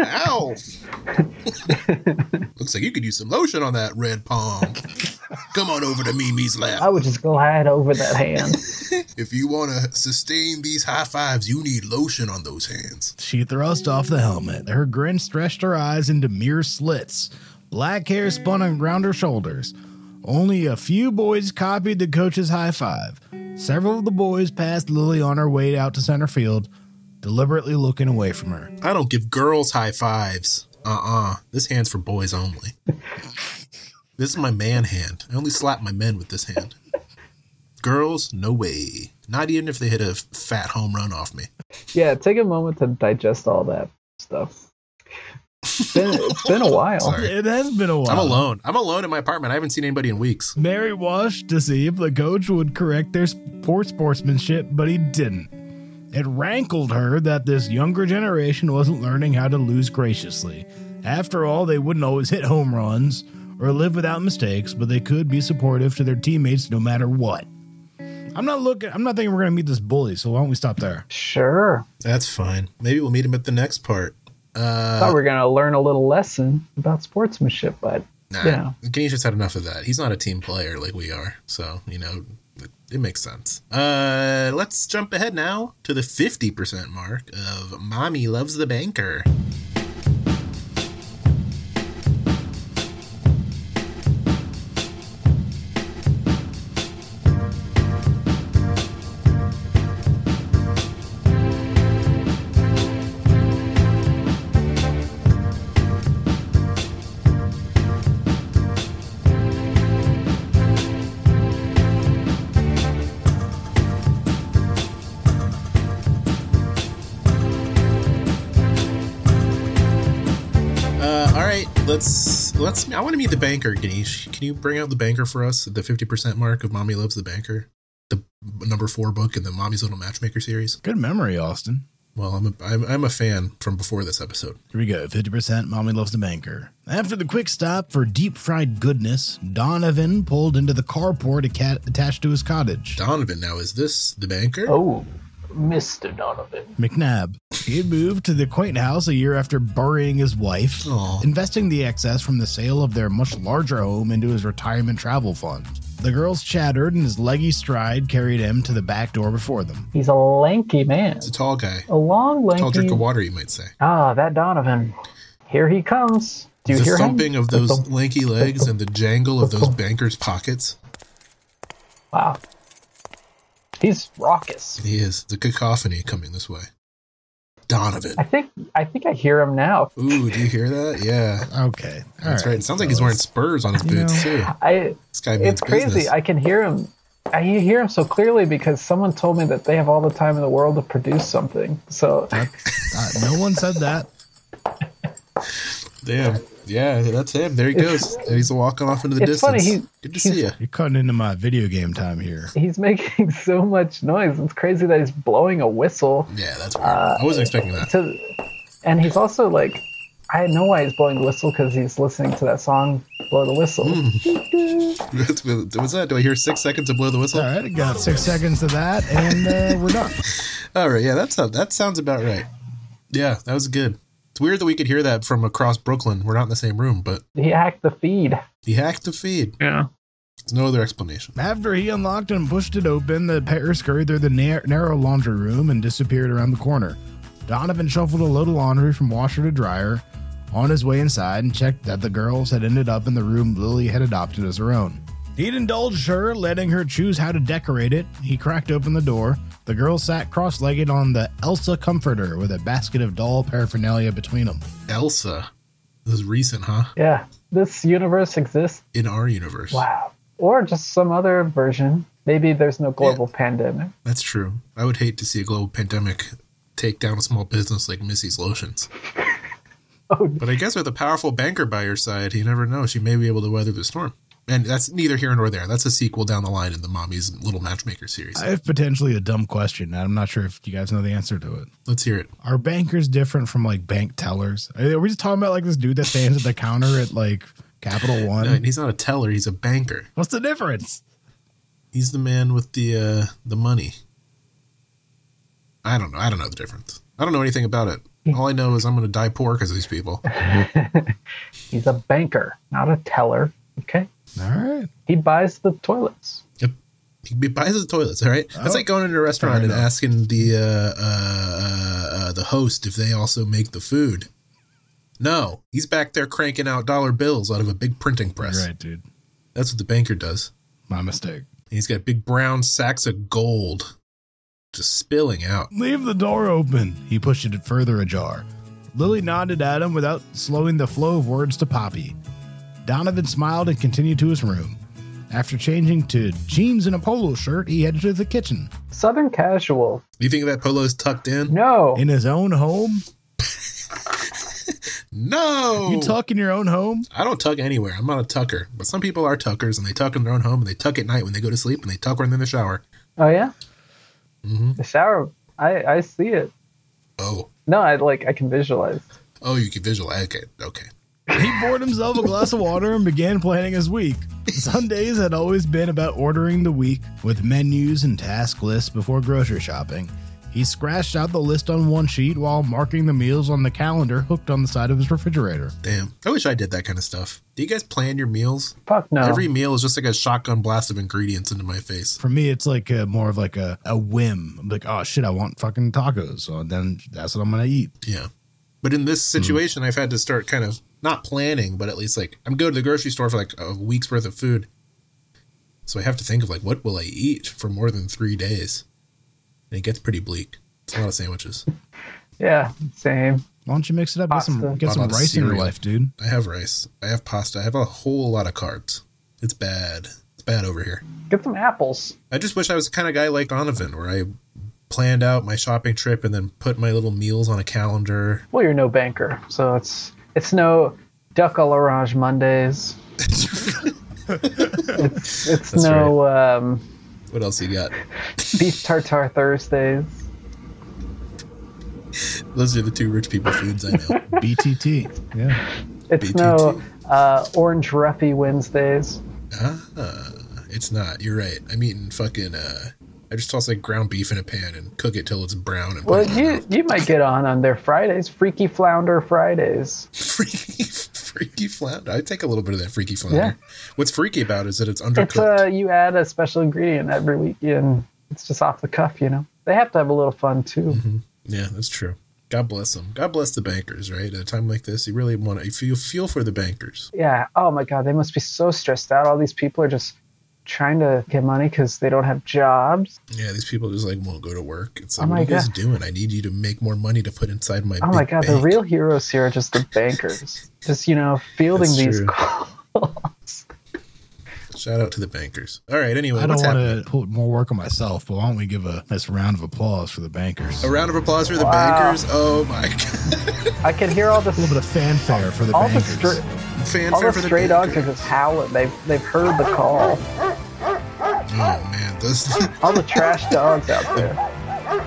S1: Ow! Looks like you could use some lotion on that red palm.
S4: Come on over to Mimi's lap.
S3: I would just glide over that hand.
S4: If you want to sustain these high fives, you need lotion on those hands.
S2: She thrust off the helmet. Her grin stretched her eyes into mere slits. Black hair spun around her shoulders. Only a few boys copied the coach's high five. Several of the boys passed Lily on her way out to center field, deliberately looking away from her.
S1: I don't give girls high fives. Uh uh This hand's for boys only. this is my man hand. I only slap my men with this hand. Girls, no way. Not even if they hit a f- fat home run off me.
S3: Yeah, take a moment to digest all that stuff. It's been, it's been a while.
S1: Sorry.
S2: It has been a while.
S1: I'm alone. I'm alone in my apartment. I haven't seen anybody in weeks.
S2: Mary watched to see if the coach would correct their poor sportsmanship, but he didn't. It rankled her that this younger generation wasn't learning how to lose graciously. After all, they wouldn't always hit home runs or live without mistakes, but they could be supportive to their teammates no matter what. I'm not looking. I'm not thinking we're gonna meet this bully, so why don't we stop there?
S3: Sure.
S1: That's fine. Maybe we'll meet him at the next part. Uh,
S3: Thought we were gonna learn a little lesson about sportsmanship, but
S1: Nah,
S3: Yeah.
S1: Ganesh has had enough of that. He's not a team player like we are, so you know it, it makes sense. Uh, let's jump ahead now to the fifty percent mark of "Mommy Loves the Banker." Uh, all right, let's let's. I want to meet the banker, Ganesh. Can you bring out the banker for us? at The fifty percent mark of "Mommy Loves the Banker," the number four book in the Mommy's Little Matchmaker series.
S2: Good memory, Austin.
S1: Well, I'm a, I'm, I'm a fan from before this episode.
S2: Here we go. 50% Mommy Loves the Banker. After the quick stop for deep fried goodness, Donovan pulled into the carport aca- attached to his cottage.
S1: Donovan, now is this the banker?
S3: oh, Mr. Donovan.
S2: McNabb. He had moved to the quaint house a year after burying his wife,
S1: Aw.
S2: investing the excess from the sale of their much larger home into his retirement travel fund. The girls chattered, and his leggy stride carried him to the back door before them.
S3: He's a lanky man.
S1: It's a tall guy.
S3: A long,
S1: Tall
S3: lanky.
S1: drink of water, you might say.
S3: Ah, that Donovan. Here he comes. Do you
S1: the
S3: hear
S1: thumping
S3: him?
S1: of
S3: The
S1: those
S3: thump.
S1: lanky legs and the jangle of those bankers' pockets.
S3: Wow. He's raucous.
S1: He is the cacophony coming this way. Donovan.
S3: I think I think I hear him now.
S1: Ooh, do you hear that? Yeah,
S2: Okay. all
S1: that's right. It sounds like he's
S2: fellas.
S1: wearing spurs on his
S2: You
S1: boots too.
S3: I
S1: This guy means
S3: it's crazy.
S1: business.
S3: I can hear him. I hear him so clearly because someone told me that they have all the time in the world to produce something. So
S2: Uh, no one said that.
S1: Damn. Yeah, that's him. There he goes. And he's walking off into the
S3: It's funny,
S1: distance.
S3: he-
S1: Good to
S3: he's-
S1: see you.
S2: You're cutting into my video game time here.
S3: he's making so much noise. It's crazy that he's blowing a whistle
S1: Yeah, that's weird.
S3: uh,
S1: I wasn't expecting that.
S3: to, and he's also like, I know why he's blowing the whistle because he's listening to that song, "Blow the Whistle."
S1: That's- What's that? Do I hear six seconds to blow the whistle?
S2: All right, I got six seconds of that, and uh, we're done.
S1: All right. Yeah, that's a, that sounds about right. Yeah, that was good. It's weird that we could hear that from across Brooklyn. We're not in the same room, but
S3: He hacked the feed.
S1: he hacked the feed.
S3: Yeah.
S1: There's no other explanation.
S2: After he unlocked and pushed it open, the pair scurried through the nar- narrow laundry room and disappeared around the corner. Donovan shuffled a load of laundry from washer to dryer on his way inside and checked that the girls had ended up in the room Lily had adopted as her own. He'd indulged her, letting her choose how to decorate it. He cracked open the door. The girls sat cross legged on the Elsa comforter with a basket of doll paraphernalia between them.
S1: Elsa. This is recent, huh?
S3: Yeah. This universe exists.
S1: In our universe.
S3: Wow. Or just some other version. Maybe there's no global pandemic.
S1: That's true. I would hate to see a global pandemic take down a small business like Missy's Lotions.
S3: Oh,
S1: But I guess with a powerful banker by your side, you never know. She may be able to weather the storm. And that's neither here nor there. That's a sequel down the line in the Mommy's Little Matchmaker series.
S2: I have potentially a dumb question, and I'm not sure if you guys know the answer to it.
S1: Let's hear it.
S2: Are bankers different from like bank tellers? Are we just talking about like this dude that stands at the counter at like Capital One?
S1: No, he's not a teller. He's a banker.
S2: What's the difference?
S1: He's the man with the uh, the money. I don't know. I don't know the difference. I don't know anything about it.
S2: Hmm.
S1: All I know is I'm going to die poor because of these people.
S3: he's a banker, not a teller. Okay.
S2: All right.
S3: He buys the toilets.
S1: He buys his toilets. All right, that's
S2: Oh,
S1: like going into a restaurant
S2: fair
S1: and
S2: enough.
S1: asking the uh, uh, uh, the host if they also make the food. No, he's back there cranking out dollar bills out of a big printing press.
S2: You're right, dude.
S1: That's what the banker does.
S2: My mistake.
S1: And he's got big brown sacks of gold just spilling out.
S2: Leave the door open. He pushed it further ajar. Lily nodded at him without slowing the flow of words to Poppy. Donovan smiled and continued to his room. After changing to jeans and a polo shirt, he headed to the kitchen.
S3: Southern casual.
S1: Do you think that polo's tucked in?
S3: No.
S2: In his own home?
S1: No,
S2: You tuck in your own home?
S1: I don't tuck anywhere. I'm not a tucker, but some people are tuckers and they tuck in their own home and they tuck at night when they go to sleep and they tuck when they're in the shower. Mm-hmm.
S3: oh yeah. The shower. I I see it.
S1: Oh,
S3: No, I like I can visualize.
S1: oh, you can visualize. Okay, okay.
S2: He poured himself a glass of water and began planning his week. Sundays had always been about ordering the week with menus and task lists before grocery shopping. He scratched out the list on one sheet while marking the meals on the calendar hooked on the side of his refrigerator.
S1: Damn. I wish I did that kind of stuff. Do you guys plan your meals?
S3: Fuck no.
S1: Every meal is just like a shotgun blast of ingredients into my face.
S2: For me, it's like a, more of like a, a whim. I'm like, oh shit, I want fucking tacos. So then that's what I'm gonna eat.
S1: Yeah. But in this situation, I've had to start kind of not planning, but at least like I'm going to the grocery store for like a week's worth of food. So I have to think of like, what will I eat for more than three days? And it gets pretty bleak. It's a lot of sandwiches.
S3: yeah. Same.
S2: Why don't you mix it up? Get some,
S3: Pasta.
S2: get some
S1: Bought a
S2: rice in your
S1: cereal.
S2: life, dude.
S1: I have rice. I have pasta. I have a whole lot of carbs. It's bad. It's bad over here.
S3: Get some apples.
S1: I just wish I was the kind of guy like Donovan where I planned out my shopping trip and then put my little meals on a calendar
S3: Well, you're no banker, so it's it's no duck a l'orange Mondays. it's it's
S1: That's
S3: no um,
S1: What else you got?
S3: beef tartare Thursdays.
S1: Those are the two rich people foods I know.
S2: BTT. Yeah.
S3: It's
S1: BTT.
S3: no uh, orange ruffy Wednesdays.
S1: Ah, it's not. You're right. I'm eating fucking uh, I just toss like ground beef in a pan and cook it till it's brown and put
S3: Well,
S1: it in my
S3: you you might get on on their Fridays, Freaky Flounder Fridays.
S1: Freaky, freaky flounder. I take a little bit of that freaky flounder.
S3: Yeah.
S1: What's freaky about it is that it's
S3: It's
S1: undercooked.
S3: uh, you add a special ingredient every week, and it's just off the cuff, you know. They have to have a little fun too.
S1: yeah, that's true. God bless them. God bless the bankers. Right at a time like this, you really want to you feel feel for the bankers.
S3: Yeah. Oh my God, they must be so stressed out. All these people are just trying to get money because they don't have jobs.
S1: Yeah, these people just like won't go to work. It's
S3: Oh
S1: like, what
S3: my
S1: are you guys
S3: God.
S1: doing? I need you to make more money to put inside my.
S3: Oh my
S1: big
S3: God, the
S1: bank.
S3: real heroes here are just the bankers, just you know fielding
S1: That's
S3: these
S1: true.
S3: calls.
S1: Shout out to the bankers. All right. Anyway,
S2: I don't
S1: what's
S2: want
S1: happening?
S2: to put more work on myself, but why don't we give a nice round of applause for the bankers?
S1: A
S2: A
S1: round of applause for the
S3: Wow.
S1: bankers. Oh my god!
S3: I can hear all this.
S2: little bit of fanfare for the
S3: All the,
S2: bankers.
S3: stra- all
S1: Fanfare
S3: the
S1: for the
S3: stray dogs are
S1: bankers.
S3: just howling. They've they've heard the call.
S1: Oh man, those.
S3: All the trash dogs out there.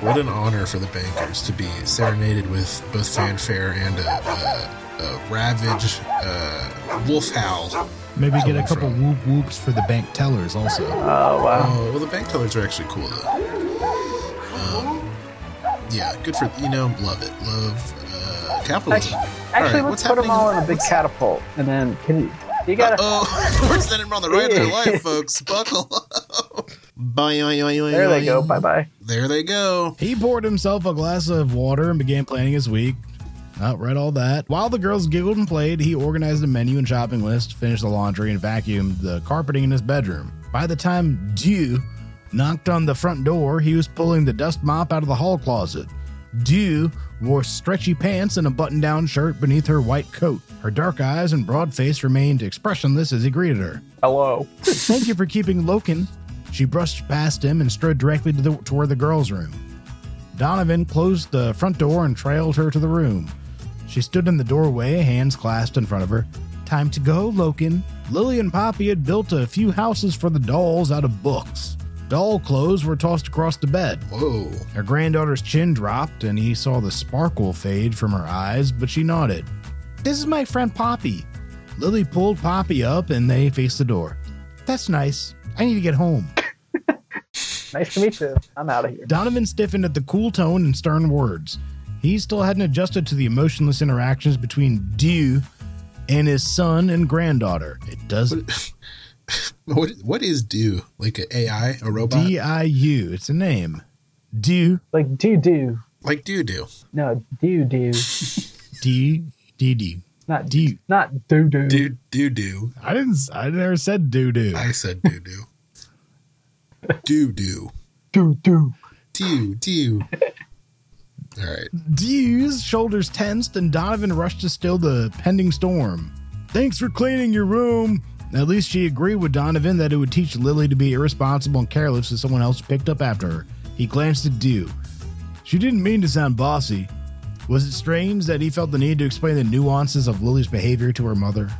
S1: What an honor for the bankers to be serenaded with both fanfare and a, a, a ravage uh, wolf howl.
S2: Maybe get a couple whoop whoops for the bank tellers also.
S3: Oh wow.
S1: Oh, well, the bank tellers are actually cool though. Um, yeah, good for you know, love it, love uh, capitalism.
S3: Actually, actually
S1: right,
S3: let's
S1: what's
S3: put them
S1: happening?
S3: all in a big catapult, and then can you, you gotta.
S1: Oh, we're sending them on the ride of their life, folks. Buckle up. Bye.
S3: there they go. Bye bye.
S1: There they go.
S2: He poured himself a glass of water and began planning his week. Not read all that. While the girls giggled and played, he organized a menu and shopping list, finished the laundry, and vacuumed the carpeting in his bedroom. By the time Dew knocked on the front door, he was pulling the dust mop out of the hall closet. Dew wore stretchy pants and a button down shirt beneath her white coat. Her dark eyes and broad face remained expressionless as he greeted her.
S3: Hello.
S2: Thank you for keeping Loken. She brushed past him and strode directly to the, toward the girls' room. Donovan closed the front door and trailed her to the room. She stood in the doorway, hands clasped in front of her. Time to go, Loken. Lily and Poppy had built a few houses for the dolls out of books. Doll clothes were tossed across the bed.
S1: Whoa.
S2: Her granddaughter's chin dropped, and he saw the sparkle fade from her eyes, but she nodded. This is my friend Poppy. Lily pulled Poppy up, and they faced the door. That's nice. I need to get home.
S3: Nice to meet you. I'm out of here.
S2: Donovan stiffened at the cool tone and stern words. He still hadn't adjusted to the emotionless interactions between Dew and his son and granddaughter. It does
S1: What what is do? Like an AI, a robot?
S2: D I U. It's a name. Dew
S3: Like do do.
S1: like do do.
S3: No, do do.
S2: D D D.
S3: Not do.
S2: Dew.
S3: Not do do.
S1: Do do do.
S2: I didn't. I never said doo doo.
S1: I said doo doo. doo doo.
S3: Do do.
S1: Doo doo. All right.
S2: Dew's shoulders tensed, and Donovan rushed to still the pending storm. Thanks for cleaning your room. At least she agreed with Donovan that it would teach Lily to be irresponsible and careless if someone else picked up after her. He glanced at Dew. She didn't mean to sound bossy. Was it strange that he felt the need to explain the nuances of Lily's behavior to her mother?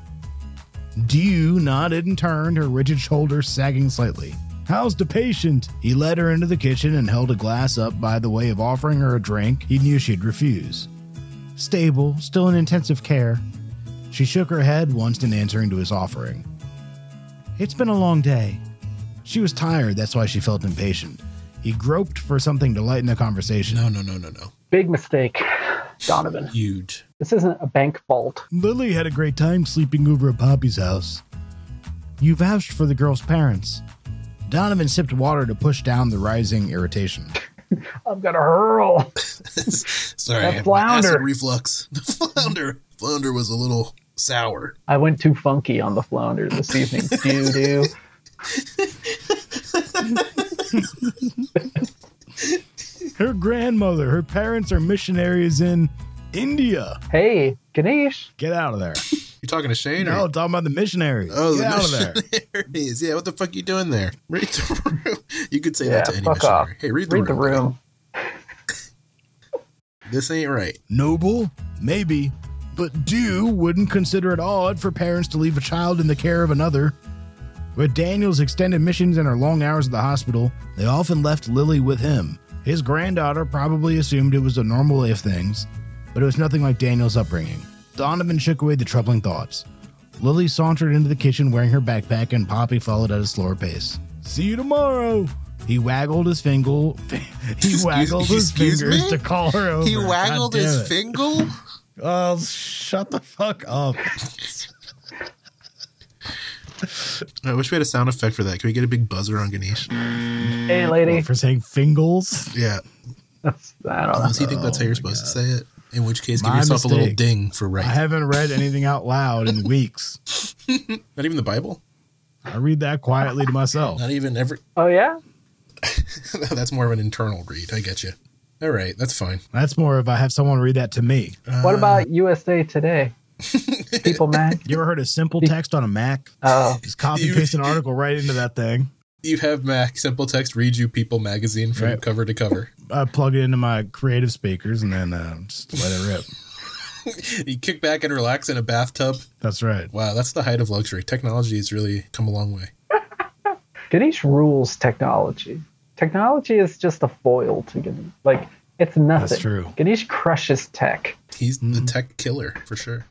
S2: Dew nodded and turned, her rigid shoulders sagging slightly. How's the patient? He led her into the kitchen and held a glass up by the way of offering her a drink he knew she'd refuse. Stable, still in intensive care. She shook her head once in answering to his offering. It's been a long day. She was tired, that's why she felt impatient. He groped for something to lighten the conversation.
S1: No, no, no, no, no.
S3: Big mistake, Donovan.
S1: Huge.
S3: This isn't a bank vault.
S2: Lily had a great time sleeping over at Poppy's house. You vouched for the girl's parents. Donovan sipped water to push down the rising irritation.
S3: I'm gonna hurl.
S1: Sorry.
S3: That
S1: I had my acid
S3: flounder.
S1: reflux. The flounder. Flounder was a little sour.
S3: I went too funky on the flounder this evening. do do.
S2: Her grandmother, her parents are missionaries in India.
S3: Hey, Ganesh.
S2: Get out of there.
S1: You talking to Shane?
S2: No,
S1: Or?
S2: I'm talking about the missionaries.
S1: Oh,
S2: Get
S1: the
S2: out of there.
S1: missionaries. Yeah, what the fuck you doing there? Read the room. You could say
S3: Yeah,
S1: that to any
S3: fuck off.
S1: missionary. Hey, read the
S3: Read the
S1: room.
S3: room.
S1: This ain't right.
S2: Noble? Maybe. But Dew wouldn't consider it odd for parents to leave a child in the care of another. With Daniel's extended missions and her long hours at the hospital, they often left Lily with him. His granddaughter probably assumed it was a normal way of things, but it was nothing like Daniel's upbringing. Donovan shook away the troubling thoughts. Lily sauntered into the kitchen wearing her backpack, and Poppy followed at a slower pace. See you tomorrow! He waggled his finger. He waggled his
S4: excuse
S2: fingers
S4: me?
S2: to call her over.
S4: He waggled
S2: God damn
S4: his
S2: it.
S4: finger.
S2: Oh, shut the fuck up.
S1: I wish we had a sound effect for that. Can we get a big buzzer on Ganesh?
S3: Hey,
S1: Mm,
S3: lady.
S2: For saying fingals.
S1: Yeah.
S3: That's, I don't know.
S1: Unless you think that's how you're supposed to say it. In which case, give
S2: Oh My
S1: yourself a little
S2: mistake.
S1: ding for right.
S2: I haven't read anything out loud in weeks.
S1: Not even the Bible.
S2: I read that quietly to myself.
S1: Not even every.
S3: Oh, yeah?
S1: that's more of an internal read. I get you. All right, that's fine.
S2: That's more if I have someone read that to me.
S1: Uh,
S3: What about USA Today? People Mac?
S2: You ever heard of simple text on a Mac?
S3: Oh,
S2: Just copy
S1: You-
S2: paste an article right into that thing.
S1: You have Mac Simple Text read you People magazine from
S2: Right.
S1: cover to cover.
S2: I plug it into my creative speakers and then uh, just let it rip.
S1: you kick back and relax in a bathtub.
S2: That's right.
S1: Wow, that's the height of luxury. Technology has really come a long way.
S3: Ganesh rules technology. Technology is just a foil to Ganesh. Like, it's nothing.
S2: true.
S3: Ganesh crushes tech.
S1: He's
S2: Mm-hmm.
S1: the tech killer for sure.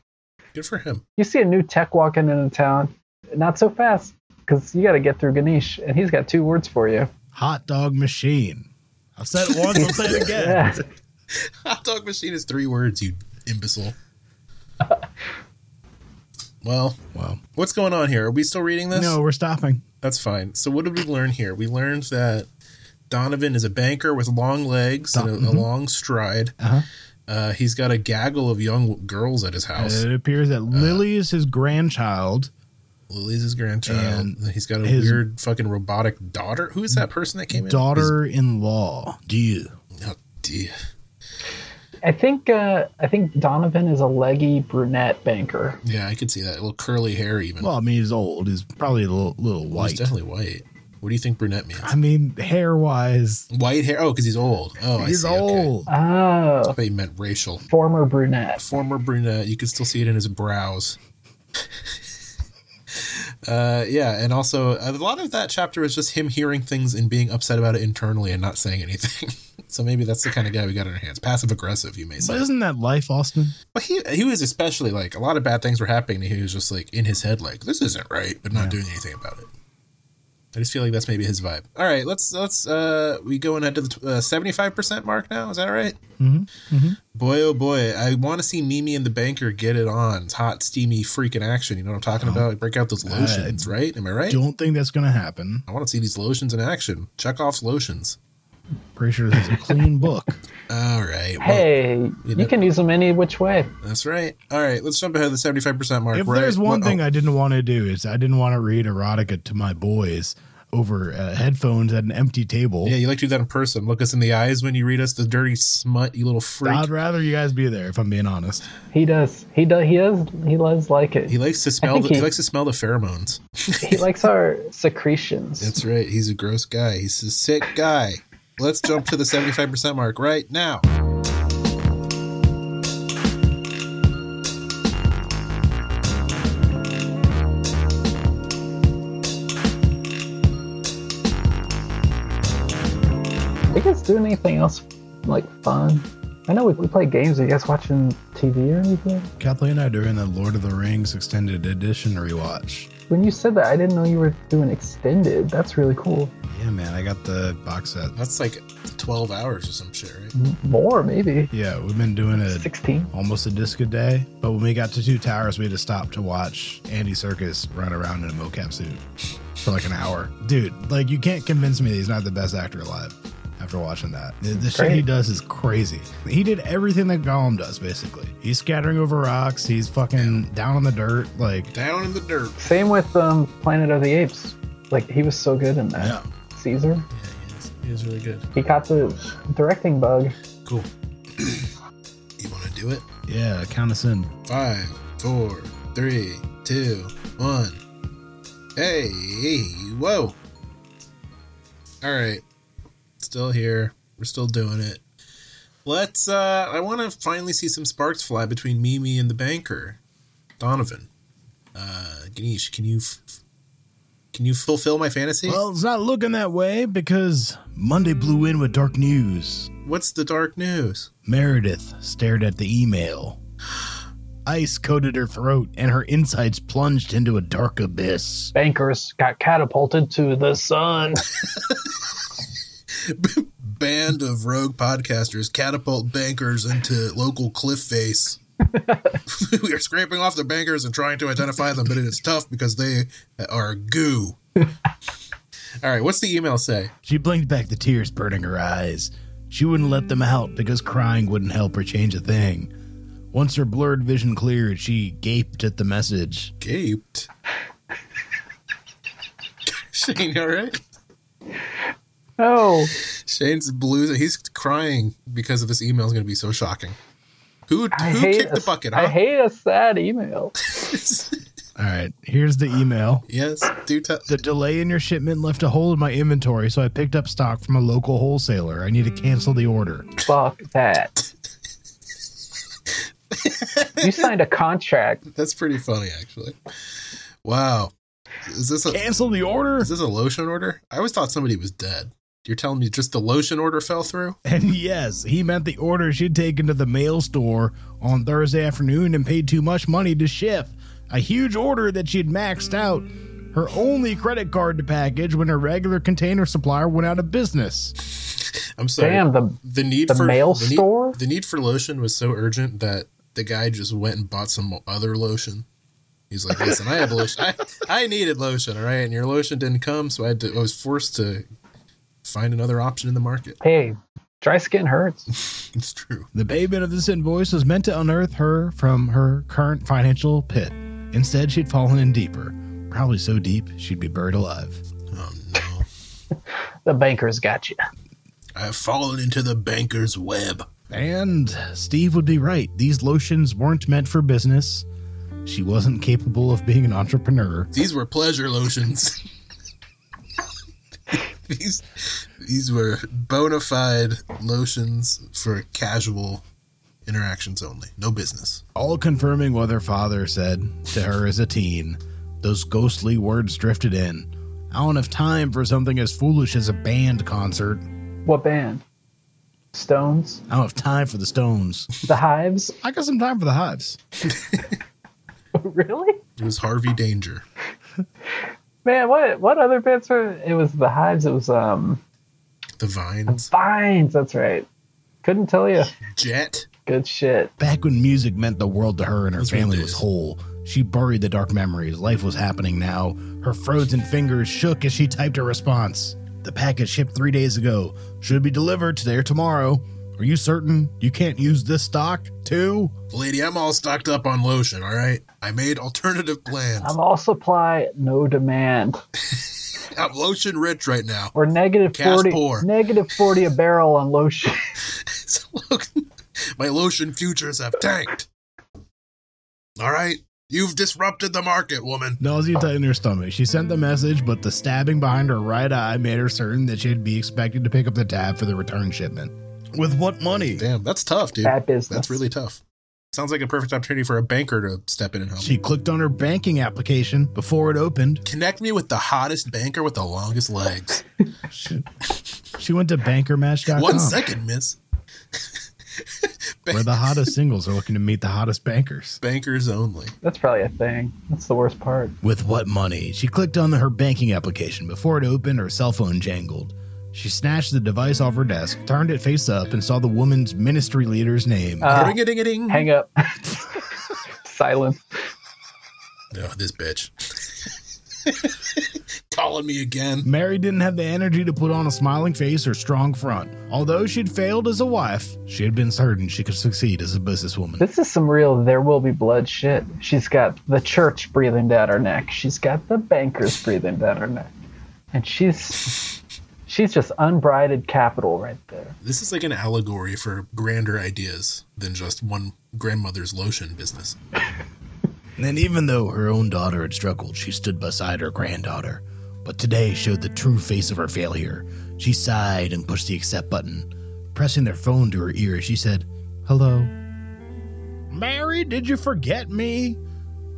S1: Good for him.
S3: You see a new tech walking into town, not so fast, because you got to get through Ganesh, and he's got two words for you.
S2: Hot dog machine. I've said it once, I'll say it again.
S3: Yeah.
S1: Hot dog machine is three words, you imbecile. well,
S2: Wow.
S1: what's going on here? Are we still reading this?
S2: No, we're stopping.
S1: That's fine. So, what did we learn here? We learned that Donovan is a banker with long legs and a, a long stride.
S2: mm-hmm. Uh-huh.
S1: Uh, he's got a gaggle of young w- girls at his house.
S2: It appears that Lily is his grandchild.
S1: Lily's his grandchild.
S2: and
S1: And he's got a
S2: his-
S1: weird fucking robotic daughter. Who is that person that came in?
S2: Daughter in law. Do you?
S1: His- oh, dear.
S3: I think uh, I think Donovan is a leggy brunette banker.
S1: Yeah, I could see that. A little curly hair, even.
S2: Well, I mean, he's old. He's probably a little, little
S1: He's
S2: white.
S1: definitely white. What do you think brunette means?
S2: I mean, hair wise,
S1: White hair? Oh, because he's old. Oh,
S2: he's
S1: I see. Okay.
S2: old.
S3: Oh,
S1: I thought you meant racial.
S3: former brunette.
S1: Former brunette. You can still see it in his brows. uh, yeah, and also a lot of that chapter is just him hearing things and being upset about it internally and not saying anything. so maybe that's the kind of guy we got in our hands. Passive aggressive, you may say.
S2: But isn't that life, Austin?
S1: But he he was especially like a lot of bad things were happening. and He was just like in his head, like this isn't right, but not doing anything about it. I just feel like that's maybe his vibe. All right, let's let's uh we going ahead to the seventy five percent mark now. Is that right?
S2: Mhm,
S1: Boy oh boy, I want to see Mimi and the banker get it on. It's hot, steamy, freaking action. You know what I'm talking about? Break out those lotions, right? Am I right?
S2: Oh. Uh, Don't think that's going to happen.
S1: I want to see these lotions in action. Chekhov's lotions.
S2: Pretty sure this is a clean book.
S1: All right. well,
S3: Hey,
S1: Oh, you
S3: you,
S1: know-
S3: can use them any which way.
S1: that's right. All right, let's jump ahead to the seventy five percent mark.
S2: If
S1: We're
S2: there's
S1: at-
S2: one
S1: oh,
S2: thing I didn't want to do is I didn't want to read erotica to my boys over uh, headphones at an empty table.
S1: Yeah, you like to do that in person. Look us in the eyes when you read us the dirty smut, you little freak.
S2: I'd rather you guys be there if I'm being honest.
S3: He does. He does. He does. He does like it.
S1: He
S3: He,
S1: likes to smell. The, he,
S3: he-
S1: likes to smell the pheromones.
S3: likes our secretions.
S1: That's right. He's a gross guy. He's a sick guy. Let's jump to the seventy-five percent mark right now.
S3: you guys do anything else like fun? I know we, we play games. Are you guys watching TV or anything?
S2: Kathleen and I doing the Lord of the Rings extended edition rewatch.
S3: When you said that, I didn't know you were doing extended. That's really cool.
S2: Yeah, man, I got the box set.
S1: That's like twelve hours or some shit, right?
S3: More maybe.
S2: Yeah, we've been doing it
S3: Sixteen.
S2: almost a disc a day. But when we got to Two Towers, we had to stop to watch Andy Circus run around in a mocap suit for like an hour. Dude, like you can't convince me that he's not the best actor alive after watching that. The, the shit he
S3: Great.
S2: does is crazy. He did everything that Gollum does, basically. He's scattering over rocks, he's fucking down on the dirt, like
S1: Down in the dirt.
S3: Same with um, Planet of the Apes. Like he was so good in that.
S2: Yeah.
S3: Caesar.
S1: Yeah, he is. He is really good.
S3: He caught the directing bug.
S1: Cool. you want to do it?
S2: yeah, count us in.
S1: Five, four, three, two, one. Hey, whoa. All right. Still here. We're still doing it. Let's uh I want to finally see some sparks fly between Mimi and the banker, Donovan. Uh Ganesh, can you f- f- can you fulfill my fantasy?
S2: Well, it's not looking that way because Monday blew in with dark news.
S1: What's the dark news?
S2: Meredith stared at the email. Ice coated her throat, and her insides plunged into a dark abyss.
S3: Bankers got catapulted to the sun.
S1: band of rogue podcasters catapult bankers into local cliff face. we are scraping off the bankers and trying to identify them, but it is tough because they are goo. All right, what's the email say?
S2: She blinked back the tears burning her eyes. She wouldn't let them out because crying wouldn't help her change a thing. Once her blurred vision cleared, she gaped at the message.
S1: Gaped. Shane, you all right?
S3: No.
S1: Shane's blues. He's crying because of this email is going to be so shocking. Who
S3: I
S1: who
S3: hate
S1: kicked the
S3: a-
S1: bucket?
S3: I
S1: Huh?
S3: hate a sad email.
S2: All right, here's the email.
S1: yes, do tell.
S2: The delay in your shipment left a hole in my inventory, so I picked up stock from a local wholesaler. I need to cancel the order.
S3: Fuck that. you signed a contract.
S1: That's pretty funny, actually. Wow, is this a
S2: Cancel the order?
S1: is this a lotion order? I always thought somebody was dead. You're telling me just the lotion order fell through?
S2: And yes, he meant the order she'd taken to the mail store on Thursday afternoon and paid too much money to ship. A huge order that she'd maxed out her only credit card to package when her regular container supplier went out of business.
S1: I'm sorry.
S3: Damn the
S1: The need
S3: The
S1: for
S3: mail
S1: need-
S3: store?
S1: the need for lotion was so urgent that the guy just went and bought some other lotion. He's like, listen, I have lotion. I, I needed lotion, all right, and your lotion didn't come, so I had to. I was forced to find another option in the market.
S3: hey, dry skin hurts.
S1: It's true.
S2: The payment of this invoice was meant to unearth her from her current financial pit. Instead, she'd fallen in deeper, probably so deep she'd be buried alive.
S1: Oh no,
S3: The bankers got you.
S1: I have fallen into the banker's web.
S2: And Steve would be right. These lotions weren't meant for business. She wasn't capable of being an entrepreneur.
S1: These were pleasure lotions. these these were bona fide lotions for casual interactions only. No business.
S2: All confirming what her father said to her as a teen, those ghostly words drifted in. I don't have time for something as foolish as a band concert.
S3: What band? Stones?
S2: I don't have time for the Stones.
S3: The Hives?
S2: I got some time for the Hives.
S3: really?
S1: It was Harvey Danger.
S3: Man, what what other bands were? It was the Hives. It was um
S1: The Vines.
S3: Vines. That's right. Couldn't tell you.
S1: Jet.
S3: Good shit.
S2: Back when music meant the world to her and her
S1: Those were
S2: family
S1: days.
S2: was whole, she buried the dark memories. Life was happening now. Her frozen fingers shook as she typed her response. The package shipped three days ago. Should be delivered today or tomorrow. Are you certain you can't use this stock too?
S1: Lady, I'm all stocked up on lotion, all right? I made alternative plans.
S3: I'm all supply, no demand.
S1: I'm lotion rich right now.
S3: Or negative
S1: Cash
S3: forty.
S1: poor.
S3: Negative forty a barrel on lotion.
S1: So look, my lotion futures have tanked. All right? You've disrupted the market, woman.
S2: Nausea tightened her stomach. She sent the message, but the stabbing behind her right eye made her certain that she'd be expected to pick up the tab for the return shipment. With what money?
S1: Damn, that's tough, dude.
S3: Bad business.
S1: That's really tough. Sounds like a perfect opportunity for a banker to step in and help.
S2: She clicked on her banking application before it opened.
S1: Connect me with the hottest banker with the longest legs.
S2: She, she went to bankermatch.com.
S1: One second, miss.
S2: where the hottest singles are looking to meet the hottest bankers.
S1: Bankers only.
S3: That's probably a thing. That's the worst part.
S2: With what money? She clicked on her banking application. Before it opened, her cell phone jangled. She snatched the device off her desk, turned it face up, and saw the woman's ministry leader's name.
S3: Uh,
S1: Ring a ding a ding.
S3: Hang up. Silence.
S1: Oh, this bitch. Calling me again.
S2: Mary didn't have the energy to put on a smiling face or strong front. Although she'd failed as a wife, she had been certain she could succeed as a businesswoman.
S3: This is some real there will be blood shit. She's got the church breathing down her neck. She's got the bankers breathing down her neck. And she's she's just unbridled capital right there.
S1: This is like an allegory for grander ideas than just one grandmother's lotion business.
S2: And even though her own daughter had struggled, she stood beside her granddaughter. But today showed the true face of her failure. She sighed and pushed the accept button. Pressing their phone to her ear, she said, Hello. Mary, did you forget me?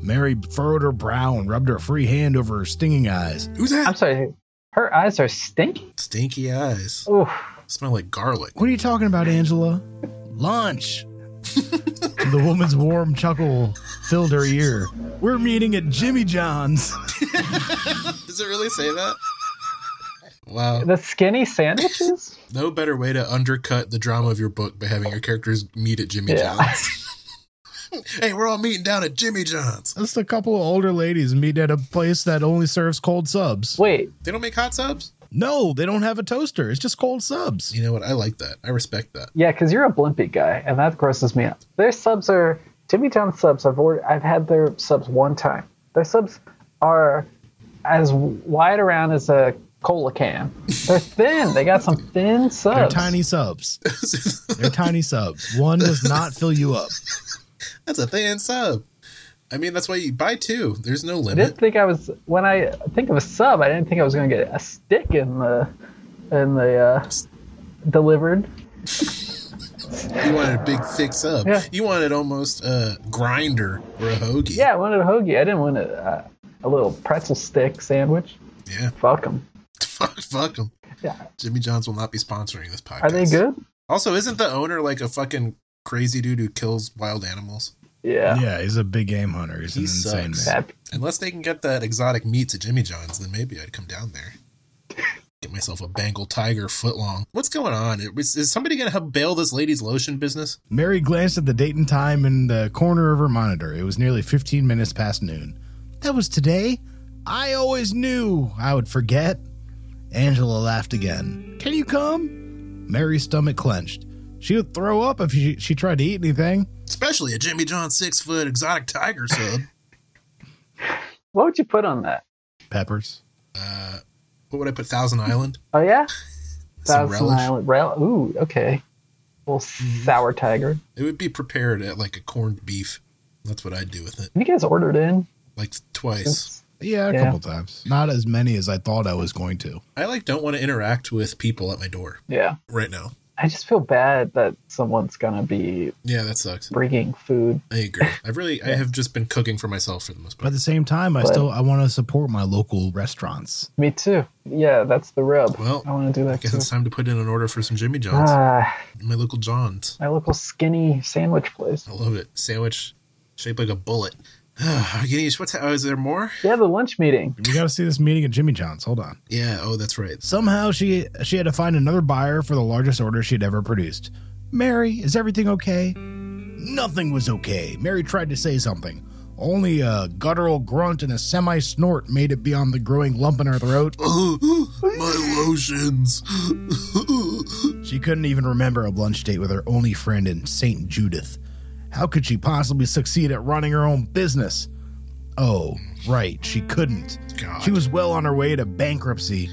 S2: Mary furrowed her brow and rubbed her free hand over her stinging eyes.
S1: Who's
S3: I'm
S1: that?
S3: sorry, her eyes are stinky.
S1: Stinky eyes.
S3: Oof.
S1: Smell like garlic.
S2: What are you talking about, Angela? Lunch. the woman's warm chuckle filled her ear. We're meeting at Jimmy John's.
S1: Does it really say that? Wow.
S3: The skinny sandwiches?
S1: No better way to undercut the drama of your book by having your characters meet at Jimmy
S3: Yeah.
S1: John's. hey, we're all meeting down at Jimmy John's.
S2: Just a couple of older ladies meet at a place that only serves cold subs.
S3: Wait,
S1: They don't make hot subs?
S2: No, they don't have a toaster. It's just cold subs.
S1: You know what? I like that. I respect that.
S3: yeah, because you're a blimpy guy, and that grosses me out. Their subs are Jimmy John's subs. I've ordered, I've had their subs one time. Their subs are as wide around as a cola can. They're thin. they got some thin subs.
S2: They're tiny subs. They're tiny subs. One does not fill you up.
S1: That's a thin sub. I mean, that's why you buy two. There's no
S3: I didn't
S1: limit.
S3: think I was when I think of a sub. I didn't think I was going to get a stick in the in the uh, delivered.
S1: You wanted a big, thick sub.
S3: Yeah.
S1: You wanted almost a grinder or a hoagie.
S3: Yeah, I wanted a hoagie. I didn't want a, uh, a little pretzel stick sandwich.
S1: Yeah.
S3: Fuck them.
S1: Fuck, fuck 'em.
S3: Yeah.
S1: Jimmy John's will not be sponsoring this podcast.
S3: Are they good?
S1: Also, isn't the owner like a fucking crazy dude who kills wild animals?
S3: Yeah.
S2: Yeah, he's a big game hunter. He's
S1: He
S2: an insane
S1: sucks.
S2: man.
S3: That-
S1: Unless they can get that exotic meat to Jimmy John's, then maybe I'd come down there. Get myself a Bengal tiger footlong. What's going on? Is, is somebody going to help bail this lady's lotion business?
S2: Mary glanced at the date and time in the corner of her monitor. It was nearly 15 minutes past noon. That was today? I always knew I would forget. Angela laughed again. Can you come? Mary's stomach clenched. She would throw up if she, she tried to eat anything.
S1: Especially a Jimmy John's six foot exotic tiger sub.
S3: what would you put on that?
S2: Peppers.
S1: uh, what would I put? Thousand Island?
S3: Oh yeah,
S1: Some
S3: Thousand
S1: relish? Mm-hmm.
S3: Island. Rel- Ooh, okay. Little sour tiger.
S1: It would be prepared at like a corned beef. That's what I'd do with it.
S3: You guys ordered in?
S1: Like twice.
S3: It's-
S2: Yeah, a
S3: Yeah.
S2: couple times. Not as many as I thought I was going to.
S1: I like don't want to interact with people at my door
S3: Yeah.
S1: right now.
S3: I just feel bad that someone's gonna be
S1: Yeah, that sucks.
S3: bringing food.
S1: I agree. I've really, I have just been cooking for myself for the most
S2: But at
S1: part.
S2: the same time, I
S3: But-
S2: still I want to support my local restaurants.
S3: Me too. Yeah, that's the rub.
S1: Well,
S3: I want to do
S1: I
S3: that
S1: guess
S3: too.
S1: it's time to put in an order for some Jimmy John's.
S3: Ah,
S1: My local John's.
S3: my local skinny sandwich place.
S1: I love it. Sandwich shaped like a bullet. Are you getting- What's, oh, is there more?
S3: Yeah, the lunch meeting.
S2: We got to see this meeting at Jimmy John's. Hold on.
S1: Yeah. Oh, that's right.
S2: Somehow she she had to find another buyer for the largest order she'd ever produced. Mary, is everything okay? Nothing was okay. Mary tried to say something. Only a guttural grunt and a semi snort made it beyond the growing lump in her throat.
S1: Oh, my lotions.
S2: She couldn't even remember a lunch date with her only friend in St. Judith. How could she possibly succeed at running her own business? Oh, right, she couldn't.
S1: God.
S2: She was well on her way to bankruptcy,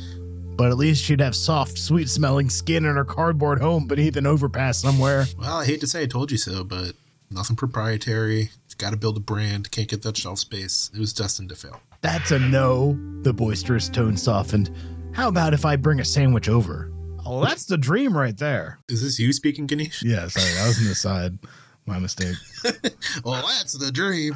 S2: but at least she'd have soft, sweet smelling skin in her cardboard home beneath an overpass somewhere.
S1: Well, I hate to say I told you so, but nothing proprietary. Got to build a brand. Can't get that shelf space. It was destined to fail.
S2: That's a no, the boisterous tone softened. How about if I bring a sandwich over? Oh, that's the dream right there.
S1: Is this you speaking, Ganesh?
S2: Yeah, sorry, that was an aside. My mistake.
S1: Well, Oh, that's the dream.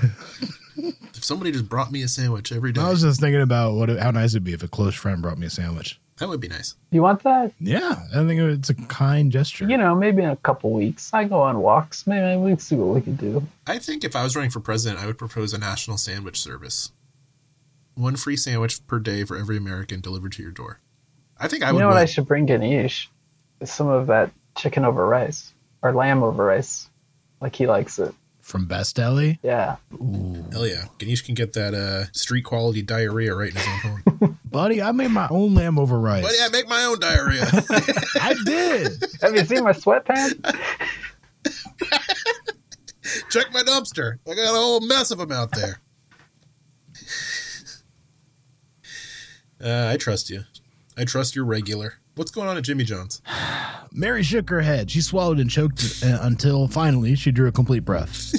S1: if somebody just brought me a sandwich every day,
S2: I was just thinking about what how nice it'd be if a close friend brought me a sandwich.
S1: that would be nice.
S3: You want that?
S2: Yeah, I think it's a kind gesture.
S3: You know, maybe in a couple weeks. I go on walks. Maybe we can see what we can do.
S1: I think if I was running for president, I would propose a national sandwich service. One free sandwich per day for every American delivered to your door. I think I
S3: you
S1: would.
S3: know what
S1: win.
S3: I should bring Ganesh? Is some of that chicken over rice or lamb over rice, like he likes it.
S2: From Best Deli?
S3: Yeah.
S2: Ooh.
S1: Hell yeah, Ganesh can get that uh, street quality diarrhea right in his own home.
S2: Buddy, I made my own lamb over rice.
S1: but yeah, I make my own diarrhea.
S2: I did.
S3: Have you seen my sweatpants?
S1: Check my dumpster. I got a whole mess of them out there. Uh, I trust you. I trust your regular. What's going on at Jimmy John's?
S2: Mary shook her head. She swallowed and choked uh, until finally she drew a complete breath.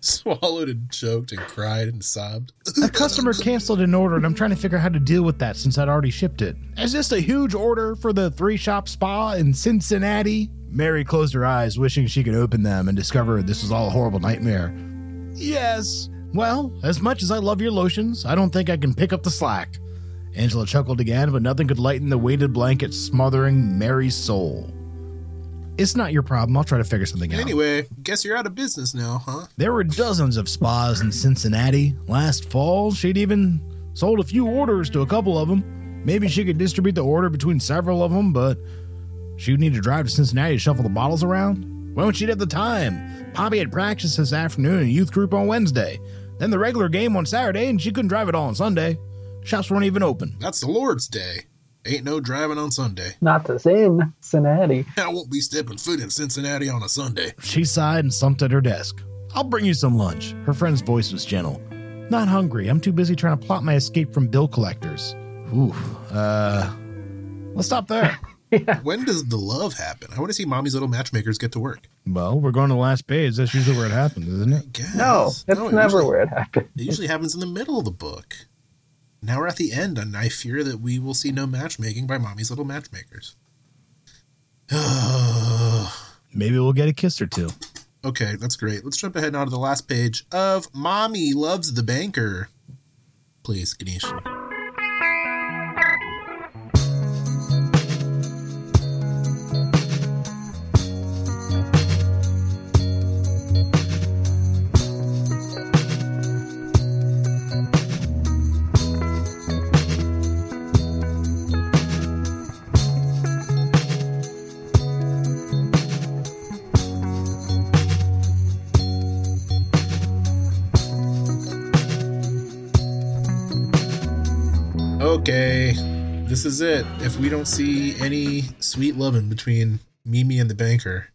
S1: Swallowed and choked and cried and sobbed.
S2: A customer canceled an order, and I'm trying to figure out how to deal with that since I'd already shipped it. Is this a huge order for the three shop spa in Cincinnati? Mary closed her eyes, wishing she could open them and discover this was all a horrible nightmare. Yes. Well, as much as I love your lotions, I don't think I can pick up the slack. Angela chuckled again, but nothing could lighten the weighted blanket smothering Mary's soul. It's not your problem. I'll try to figure something out.
S1: Anyway, guess you're out of business now, huh?
S2: There were dozens of spas in Cincinnati. Last fall, she'd even sold a few orders to a couple of them. Maybe she could distribute the order between several of them, but she would need to drive to Cincinnati to shuffle the bottles around. When would she have the time? Poppy had practice this afternoon in a youth group on Wednesday, then the regular game on Saturday, and she couldn't drive at all on Sunday. Shops weren't even open.
S1: That's the Lord's Day. Ain't no driving on Sunday.
S3: Not to Cincinnati.
S1: I won't be stepping foot in Cincinnati on a Sunday.
S2: She sighed and slumped at her desk. I'll bring you some lunch. Her friend's voice was gentle. Not hungry. I'm too busy trying to plot my escape from bill collectors. Ooh, uh, let's stop there.
S1: When does the love happen? I want to see mommy's little matchmakers get to work.
S2: well, we're going to the last page. That's usually where it happens, isn't it?
S1: Guess.
S3: No, that's
S1: it
S3: never
S1: usually-
S3: where it happened.
S1: It usually happens in the middle of the book. Now we're at the end, and I fear that we will see no matchmaking by mommy's little matchmakers.
S2: Maybe we'll get a kiss or two.
S1: Okay, that's great. Let's jump ahead now to the last page of Mommy Loves the Banker. Please, Ganesh. Okay, this is it. If we don't see any sweet loving between Mimi and the banker,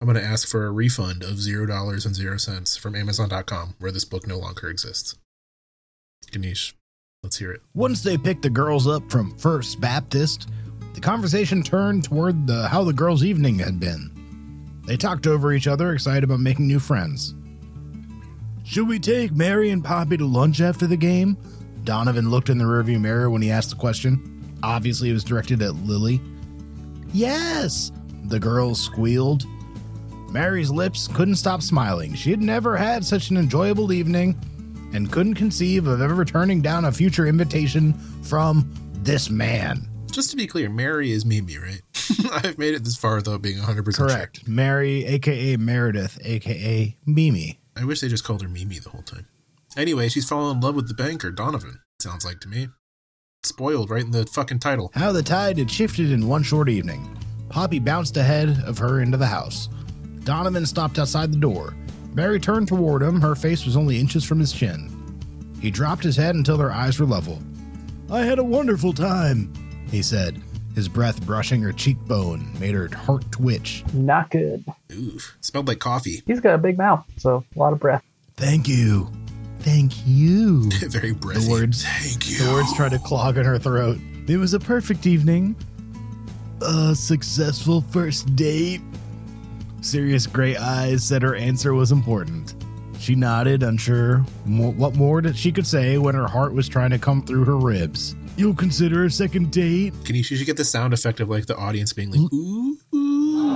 S1: I'm going to ask for a refund of zero dollars and zero cents from Amazon.com, where this book no longer exists. Ganesh, let's hear it.
S2: Once they picked the girls up from First Baptist, the conversation turned toward the, how the girls' evening had been. They talked over each other, excited about making new friends. Should we take Mary and Poppy to lunch after the game? Donovan looked in the rearview mirror when he asked the question. Obviously, it was directed at Lily. Yes! The girls squealed. Mary's lips couldn't stop smiling. She had never had such an enjoyable evening and couldn't conceive of ever turning down a future invitation from this man.
S1: Just to be clear, Mary is Mimi, right? I've made it this far without being 100% sure.
S2: Correct. Mary, aka Meredith, aka Mimi.
S1: I wish they just called her Mimi the whole time. Anyway, she's fallen in love with the banker, Donovan. Sounds like to me. Spoiled right in the fucking title.
S2: How the tide had shifted in one short evening. Poppy bounced ahead of her into the house. Donovan stopped outside the door. Mary turned toward him. Her face was only inches from his chin. He dropped his head until their eyes were level. I had a wonderful time, he said. His breath brushing her cheekbone made her heart twitch.
S3: Not good.
S1: Oof. Smelled like coffee.
S3: He's got a big mouth, so a lot of breath.
S2: Thank you. Thank you.
S1: Very breathy.
S2: words-
S1: Thank you.
S2: The words tried to clog in her throat. It was a perfect evening. A successful first date. Serious gray eyes said her answer was important. She nodded, unsure mo- what more that she could say when her heart was trying to come through her ribs. You'll consider a second date?
S1: Can you, you should get the sound effect of like the audience being like, ooh, ooh.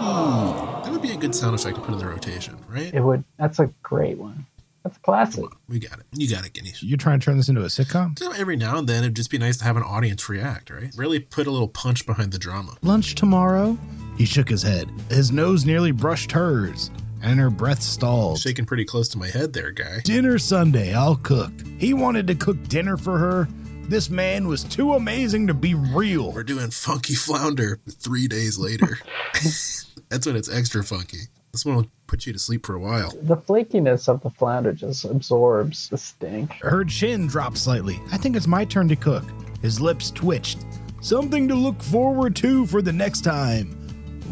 S1: That would be a good sound effect to put in the rotation, right?
S3: It would. That's a great one. That's a classic.
S1: We got it. You got it, Ganesh.
S2: You're trying to turn this into a sitcom?
S1: So every now and then, it'd just be nice to have an audience react, right? Really put a little punch behind the drama.
S2: Lunch tomorrow? He shook his head. His nose nearly brushed hers, and her breath stalled.
S1: Shaking pretty close to my head there, guy.
S2: dinner Sunday. I'll cook. He wanted to cook dinner for her. This man was too amazing to be real.
S1: We're doing Funky Flounder three days later. That's when it's extra funky. This one will put you to sleep for a while.
S3: The flakiness of the flounder just absorbs the stink.
S2: Her chin dropped slightly. I think it's my turn to cook. His lips twitched. Something to look forward to for the next time.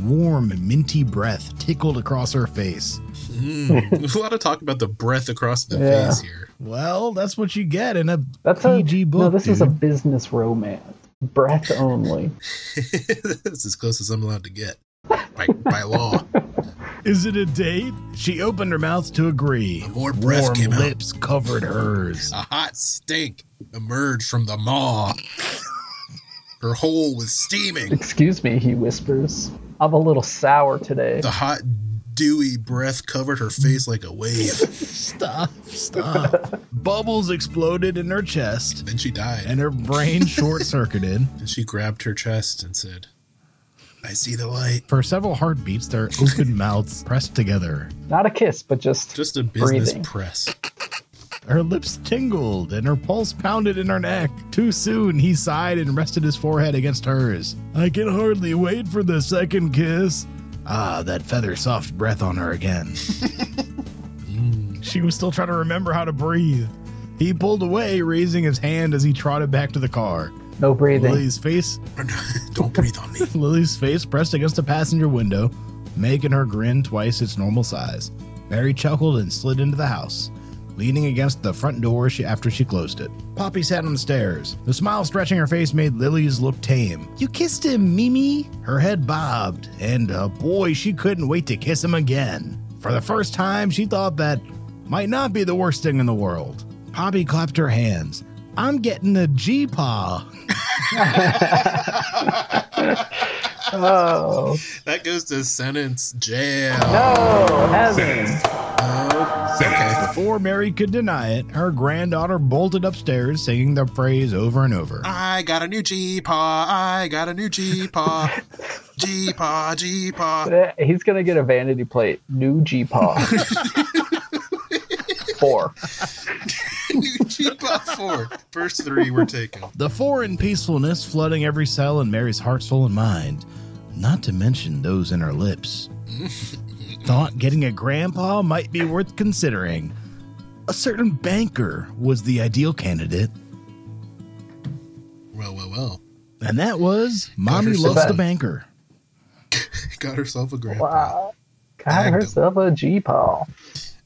S2: Warm, minty breath tickled across her face.
S1: There's Hmm. a lot of talk about the breath across the
S3: Yeah.
S1: face here.
S2: Well, that's what you get in a
S3: That's
S2: PG
S3: a
S2: book.
S3: no. This is a
S2: dude.
S3: business romance. Breath only.
S1: That's as close as I'm allowed to get by, by law.
S2: Is it a date? She opened her mouth to agree.
S1: More breath
S2: Warm
S1: came out.
S2: lips covered hers.
S1: A hot stink emerged from the maw. Her hole was steaming.
S3: Excuse me, he whispers. I'm a little sour today.
S1: The hot, dewy breath covered her face like a wave.
S2: Stop, stop. Bubbles exploded in her chest,
S1: Then she died.
S2: and her brain short circuited.
S1: And she grabbed her chest and said, I see the light.
S2: For several heartbeats, their open mouths pressed together.
S3: Not a kiss, but just
S1: Just a business
S3: Breathing.
S1: press.
S2: Her lips tingled and her pulse pounded in her neck. Too soon, he sighed and rested his forehead against hers. I can hardly wait for the second kiss. Ah, that feather soft breath on her again. she was still trying to remember how to breathe. He pulled away, raising his hand as he trotted back to the car.
S3: No breathing.
S2: Lily's face
S4: Don't breathe on me.
S2: Lily's face pressed against the passenger window, making her grin twice its normal size. Mary chuckled and slid into the house, leaning against the front door she, after she closed it. Poppy sat on the stairs. The smile stretching her face made Lily's look tame. You kissed him, Mimi. Her head bobbed, and uh, boy, she couldn't wait to kiss him again. For the first time, she thought that might not be the worst thing in the world. Poppy clapped her hands. I'm getting a G paw.
S3: Oh
S1: That goes to sentence jail.
S3: no, heaven.
S1: Oh, okay.
S2: Before Mary could deny it, her granddaughter bolted upstairs singing the phrase over and over.
S1: I got a new G paw. I got a new G paw. G paw, G paw.
S3: Eh, He's gonna get a vanity plate. New G paw. Four.
S1: New G paw four. First three were taken.
S2: The foreign peacefulness flooding every cell in Mary's heart, soul, and mind, not to mention those in her lips. Thought getting a grandpa might be worth considering. A certain banker was the ideal candidate,
S1: Well, well, well.
S2: and that was Mommy
S1: herself
S2: Loves the
S3: a-
S2: Banker.
S1: Got herself a grandpa.
S3: Wow.
S1: Back
S3: Got
S1: to-
S3: herself a G paw.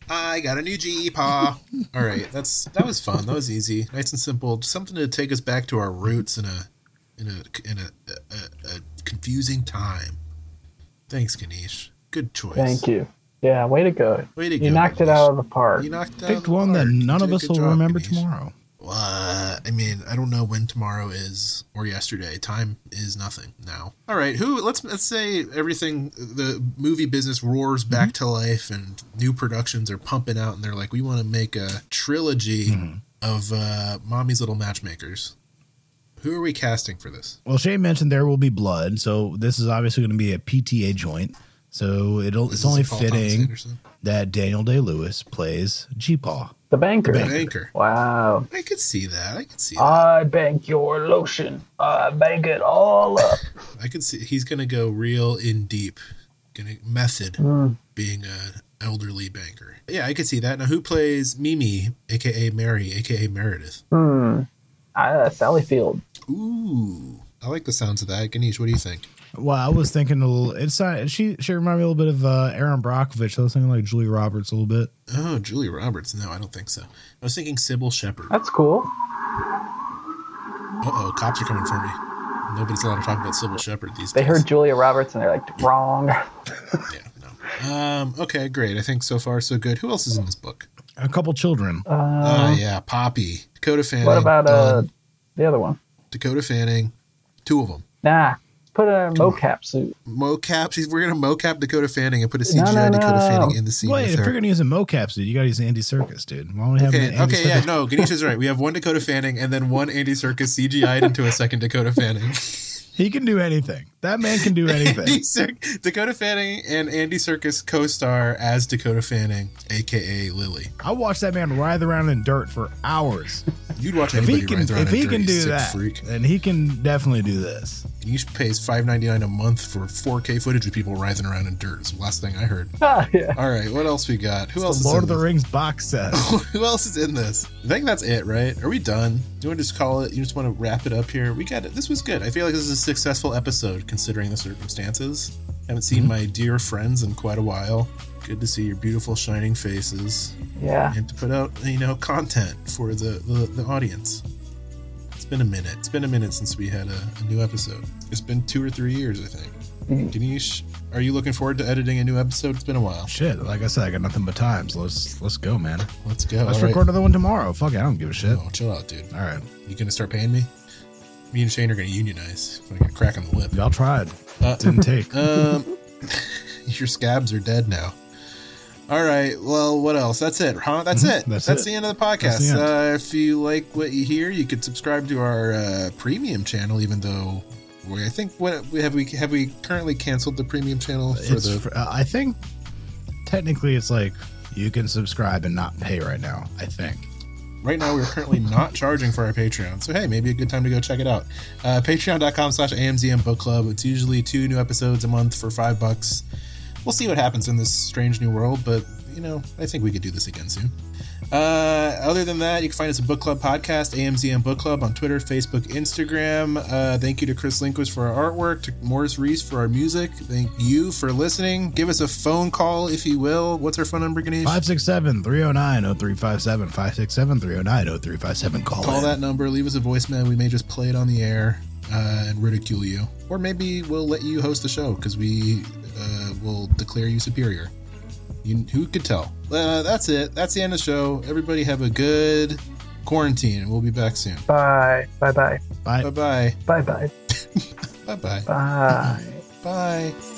S1: I got a new G paw. All right, that's that was fun. That was easy, nice and simple. Just Something to take us back to our roots in a in a in a, a, a confusing time. Thanks, Ganesh. Good choice.
S3: Thank you. Yeah, way to go.
S1: Way to
S3: You
S1: go,
S3: knocked it
S1: Ganesh.
S3: out of the park.
S1: You knocked it out
S2: Picked
S1: of the
S2: one that
S1: park.
S2: none
S1: You
S2: of
S1: did a
S2: us
S1: good
S2: will
S1: job,
S2: remember
S1: Ganesh.
S2: tomorrow.
S1: Uh, I mean, I don't know when tomorrow is or yesterday. Time is nothing now. All right, who? Let's let's say everything. The movie business roars back
S2: Mm-hmm.
S1: to life, and new productions are pumping out, and they're like, we want to make a trilogy
S2: Hmm.
S1: of uh, Mommy's Little Matchmakers. Who are we casting for this?
S2: Well, Shane mentioned there will be blood, so this is obviously going to be a PTA joint. So it'll
S1: This
S2: it's only
S1: is Paul Thomas
S2: fitting
S1: Anderson?
S2: that Daniel Day Lewis plays G Paw.
S3: The banker.
S1: Banker.
S3: Wow.
S1: I could see that. I could see. that.
S3: I bank your lotion. I bank it all up.
S1: I could see. He's gonna go real in deep. Gonna method. being a elderly banker. Yeah, I could see that. Now, who plays Mimi, aka Mary, aka Meredith?
S3: Hmm. Uh, Sally Field.
S1: Ooh, I like the sounds of that. Ganesh, what do you think?
S2: Well, I was thinking a little. It's not. She she reminded me a little bit of uh, Aaron Brockovich. So I was thinking like Julie Roberts a little bit.
S1: Oh, Julia Roberts. No, I don't think so. I was thinking Sybil Shepherd. Uh
S3: That's cool.
S1: oh, cops are coming for me. Nobody's allowed to talk about Sybil Shepherd these
S3: They
S1: days.
S3: heard Julia Roberts and they're like, wrong.
S1: Yeah, no. Um, okay, great. I think so far so good. Who else is in this book?
S2: A couple children.
S1: Ah,
S3: Uh,
S1: yeah, Poppy, Dakota Fanning.
S3: what about uh,
S1: Dunn,
S3: the other one?
S1: Dakota Fanning? Two of them.
S3: Nah. Put a mocap suit.
S1: Mocap. She's, we're gonna mocap Dakota Fanning and put a CGI
S3: no,
S1: Dakota
S3: no.
S1: Fanning in the scene.
S2: Wait,
S1: with
S2: if
S1: her.
S2: you're gonna use a mocap suit, you gotta use Andy Circus, dude. Why don't we have an
S1: Okay,
S2: Andy
S1: okay, yeah,
S2: Serkis-
S1: no, Ganesh is right. We have one Dakota Fanning and then one Andy Circus CGI'd into a second Dakota Fanning.
S2: He can do anything. That man can do
S1: Andy
S2: anything.
S1: Cir- Dakota Fanning and Andy Circus co-star as Dakota Fanning, aka Lily.
S2: I watched that man writhe around in dirt for hours.
S1: You'd watch
S2: If
S1: anybody
S2: he can,
S1: writhe around
S2: if
S1: a
S2: he can
S1: dirty
S2: do
S1: sick
S2: that,
S1: freak.
S2: then he can definitely do this.
S1: Ganesh pays five ninety nine a month for 4K footage of people writhing around in dirt. It's the last thing I heard.
S3: Ah, yeah.
S1: All right, what else we got? Who else?
S2: The
S1: Is
S2: Lord
S1: in
S2: of the
S1: this?
S2: Rings box set.
S1: Who else is in this? I think that's it, right? Are we done? You want to just call it? You just want to wrap it up here? We got it. This was good. I feel like this is a successful episode considering the circumstances. Haven't seen
S2: Mm-hmm.
S1: my dear friends in quite a while. Good to see your beautiful shining faces
S2: Ah.
S3: Yeah.
S1: and to put out you know content for the the, the audience. It's been a minute. It's been a minute since we had a, a new episode. It's been two or three years, I think.
S2: Mm-hmm.
S3: Mhm.
S1: Ganesh, are you looking forward to editing a new episode? It's been a while.
S2: Shit, like I said, I got nothing but time, so let's let's go, man.
S1: Let's go.
S2: Let's
S1: All right.
S2: record another one tomorrow. Fuck it, I don't give a shit.
S1: No, chill out, dude.
S2: All right,
S1: You gonna start paying me? Me and Shane are gonna unionize. I'm gonna crack on the whip.
S2: y'all tried.
S1: Uh,
S2: Didn't take.
S1: um, your scabs are dead now. All right. Well, what else? That's it, huh? That's
S2: Mhm,
S1: it. That's,
S2: that's it.
S1: the end of the
S2: That's the
S1: podcast.
S2: end.
S1: Uh, if you like what you hear, you could subscribe to our uh, premium channel. Even though we, I think what we have we have we currently canceled the premium channel for
S2: it's
S1: the
S2: fr- uh, I think technically it's like you can subscribe and not pay right now. I think
S1: Right now, we are currently not charging for our Patreon, so hey, maybe a good time to go check it out. Uh, Patreon.com slash AMZM Book Club. It's usually two new episodes a month for five bucks. We'll see what happens in this strange new world, but, you know, I think we could do this again soon. Uh, other than that, you can find us at Book Club Podcast, AMZM Book Club on Twitter, Facebook, Instagram. Uh, thank you to Chris Linquist for our artwork, to Morris Reese for our music. Thank you for listening. Give us a phone call if you will. What's our phone number, Ganesh?
S2: 567 309 0357. 567 309 0357. Call,
S1: Call
S2: in.
S1: that number, leave us a voicemail. We may just play it on the air uh, and ridicule you. Or maybe we'll let you host the show because we uh, will declare you superior. You, who could tell? Uh, that's it. That's the end of the show. Everybody have a good quarantine, and we'll be back soon.
S3: Bye. Bye bye.
S2: Bye.
S1: Bye bye.
S3: Bye bye.
S1: Bye bye.
S3: Bye.
S1: Bye.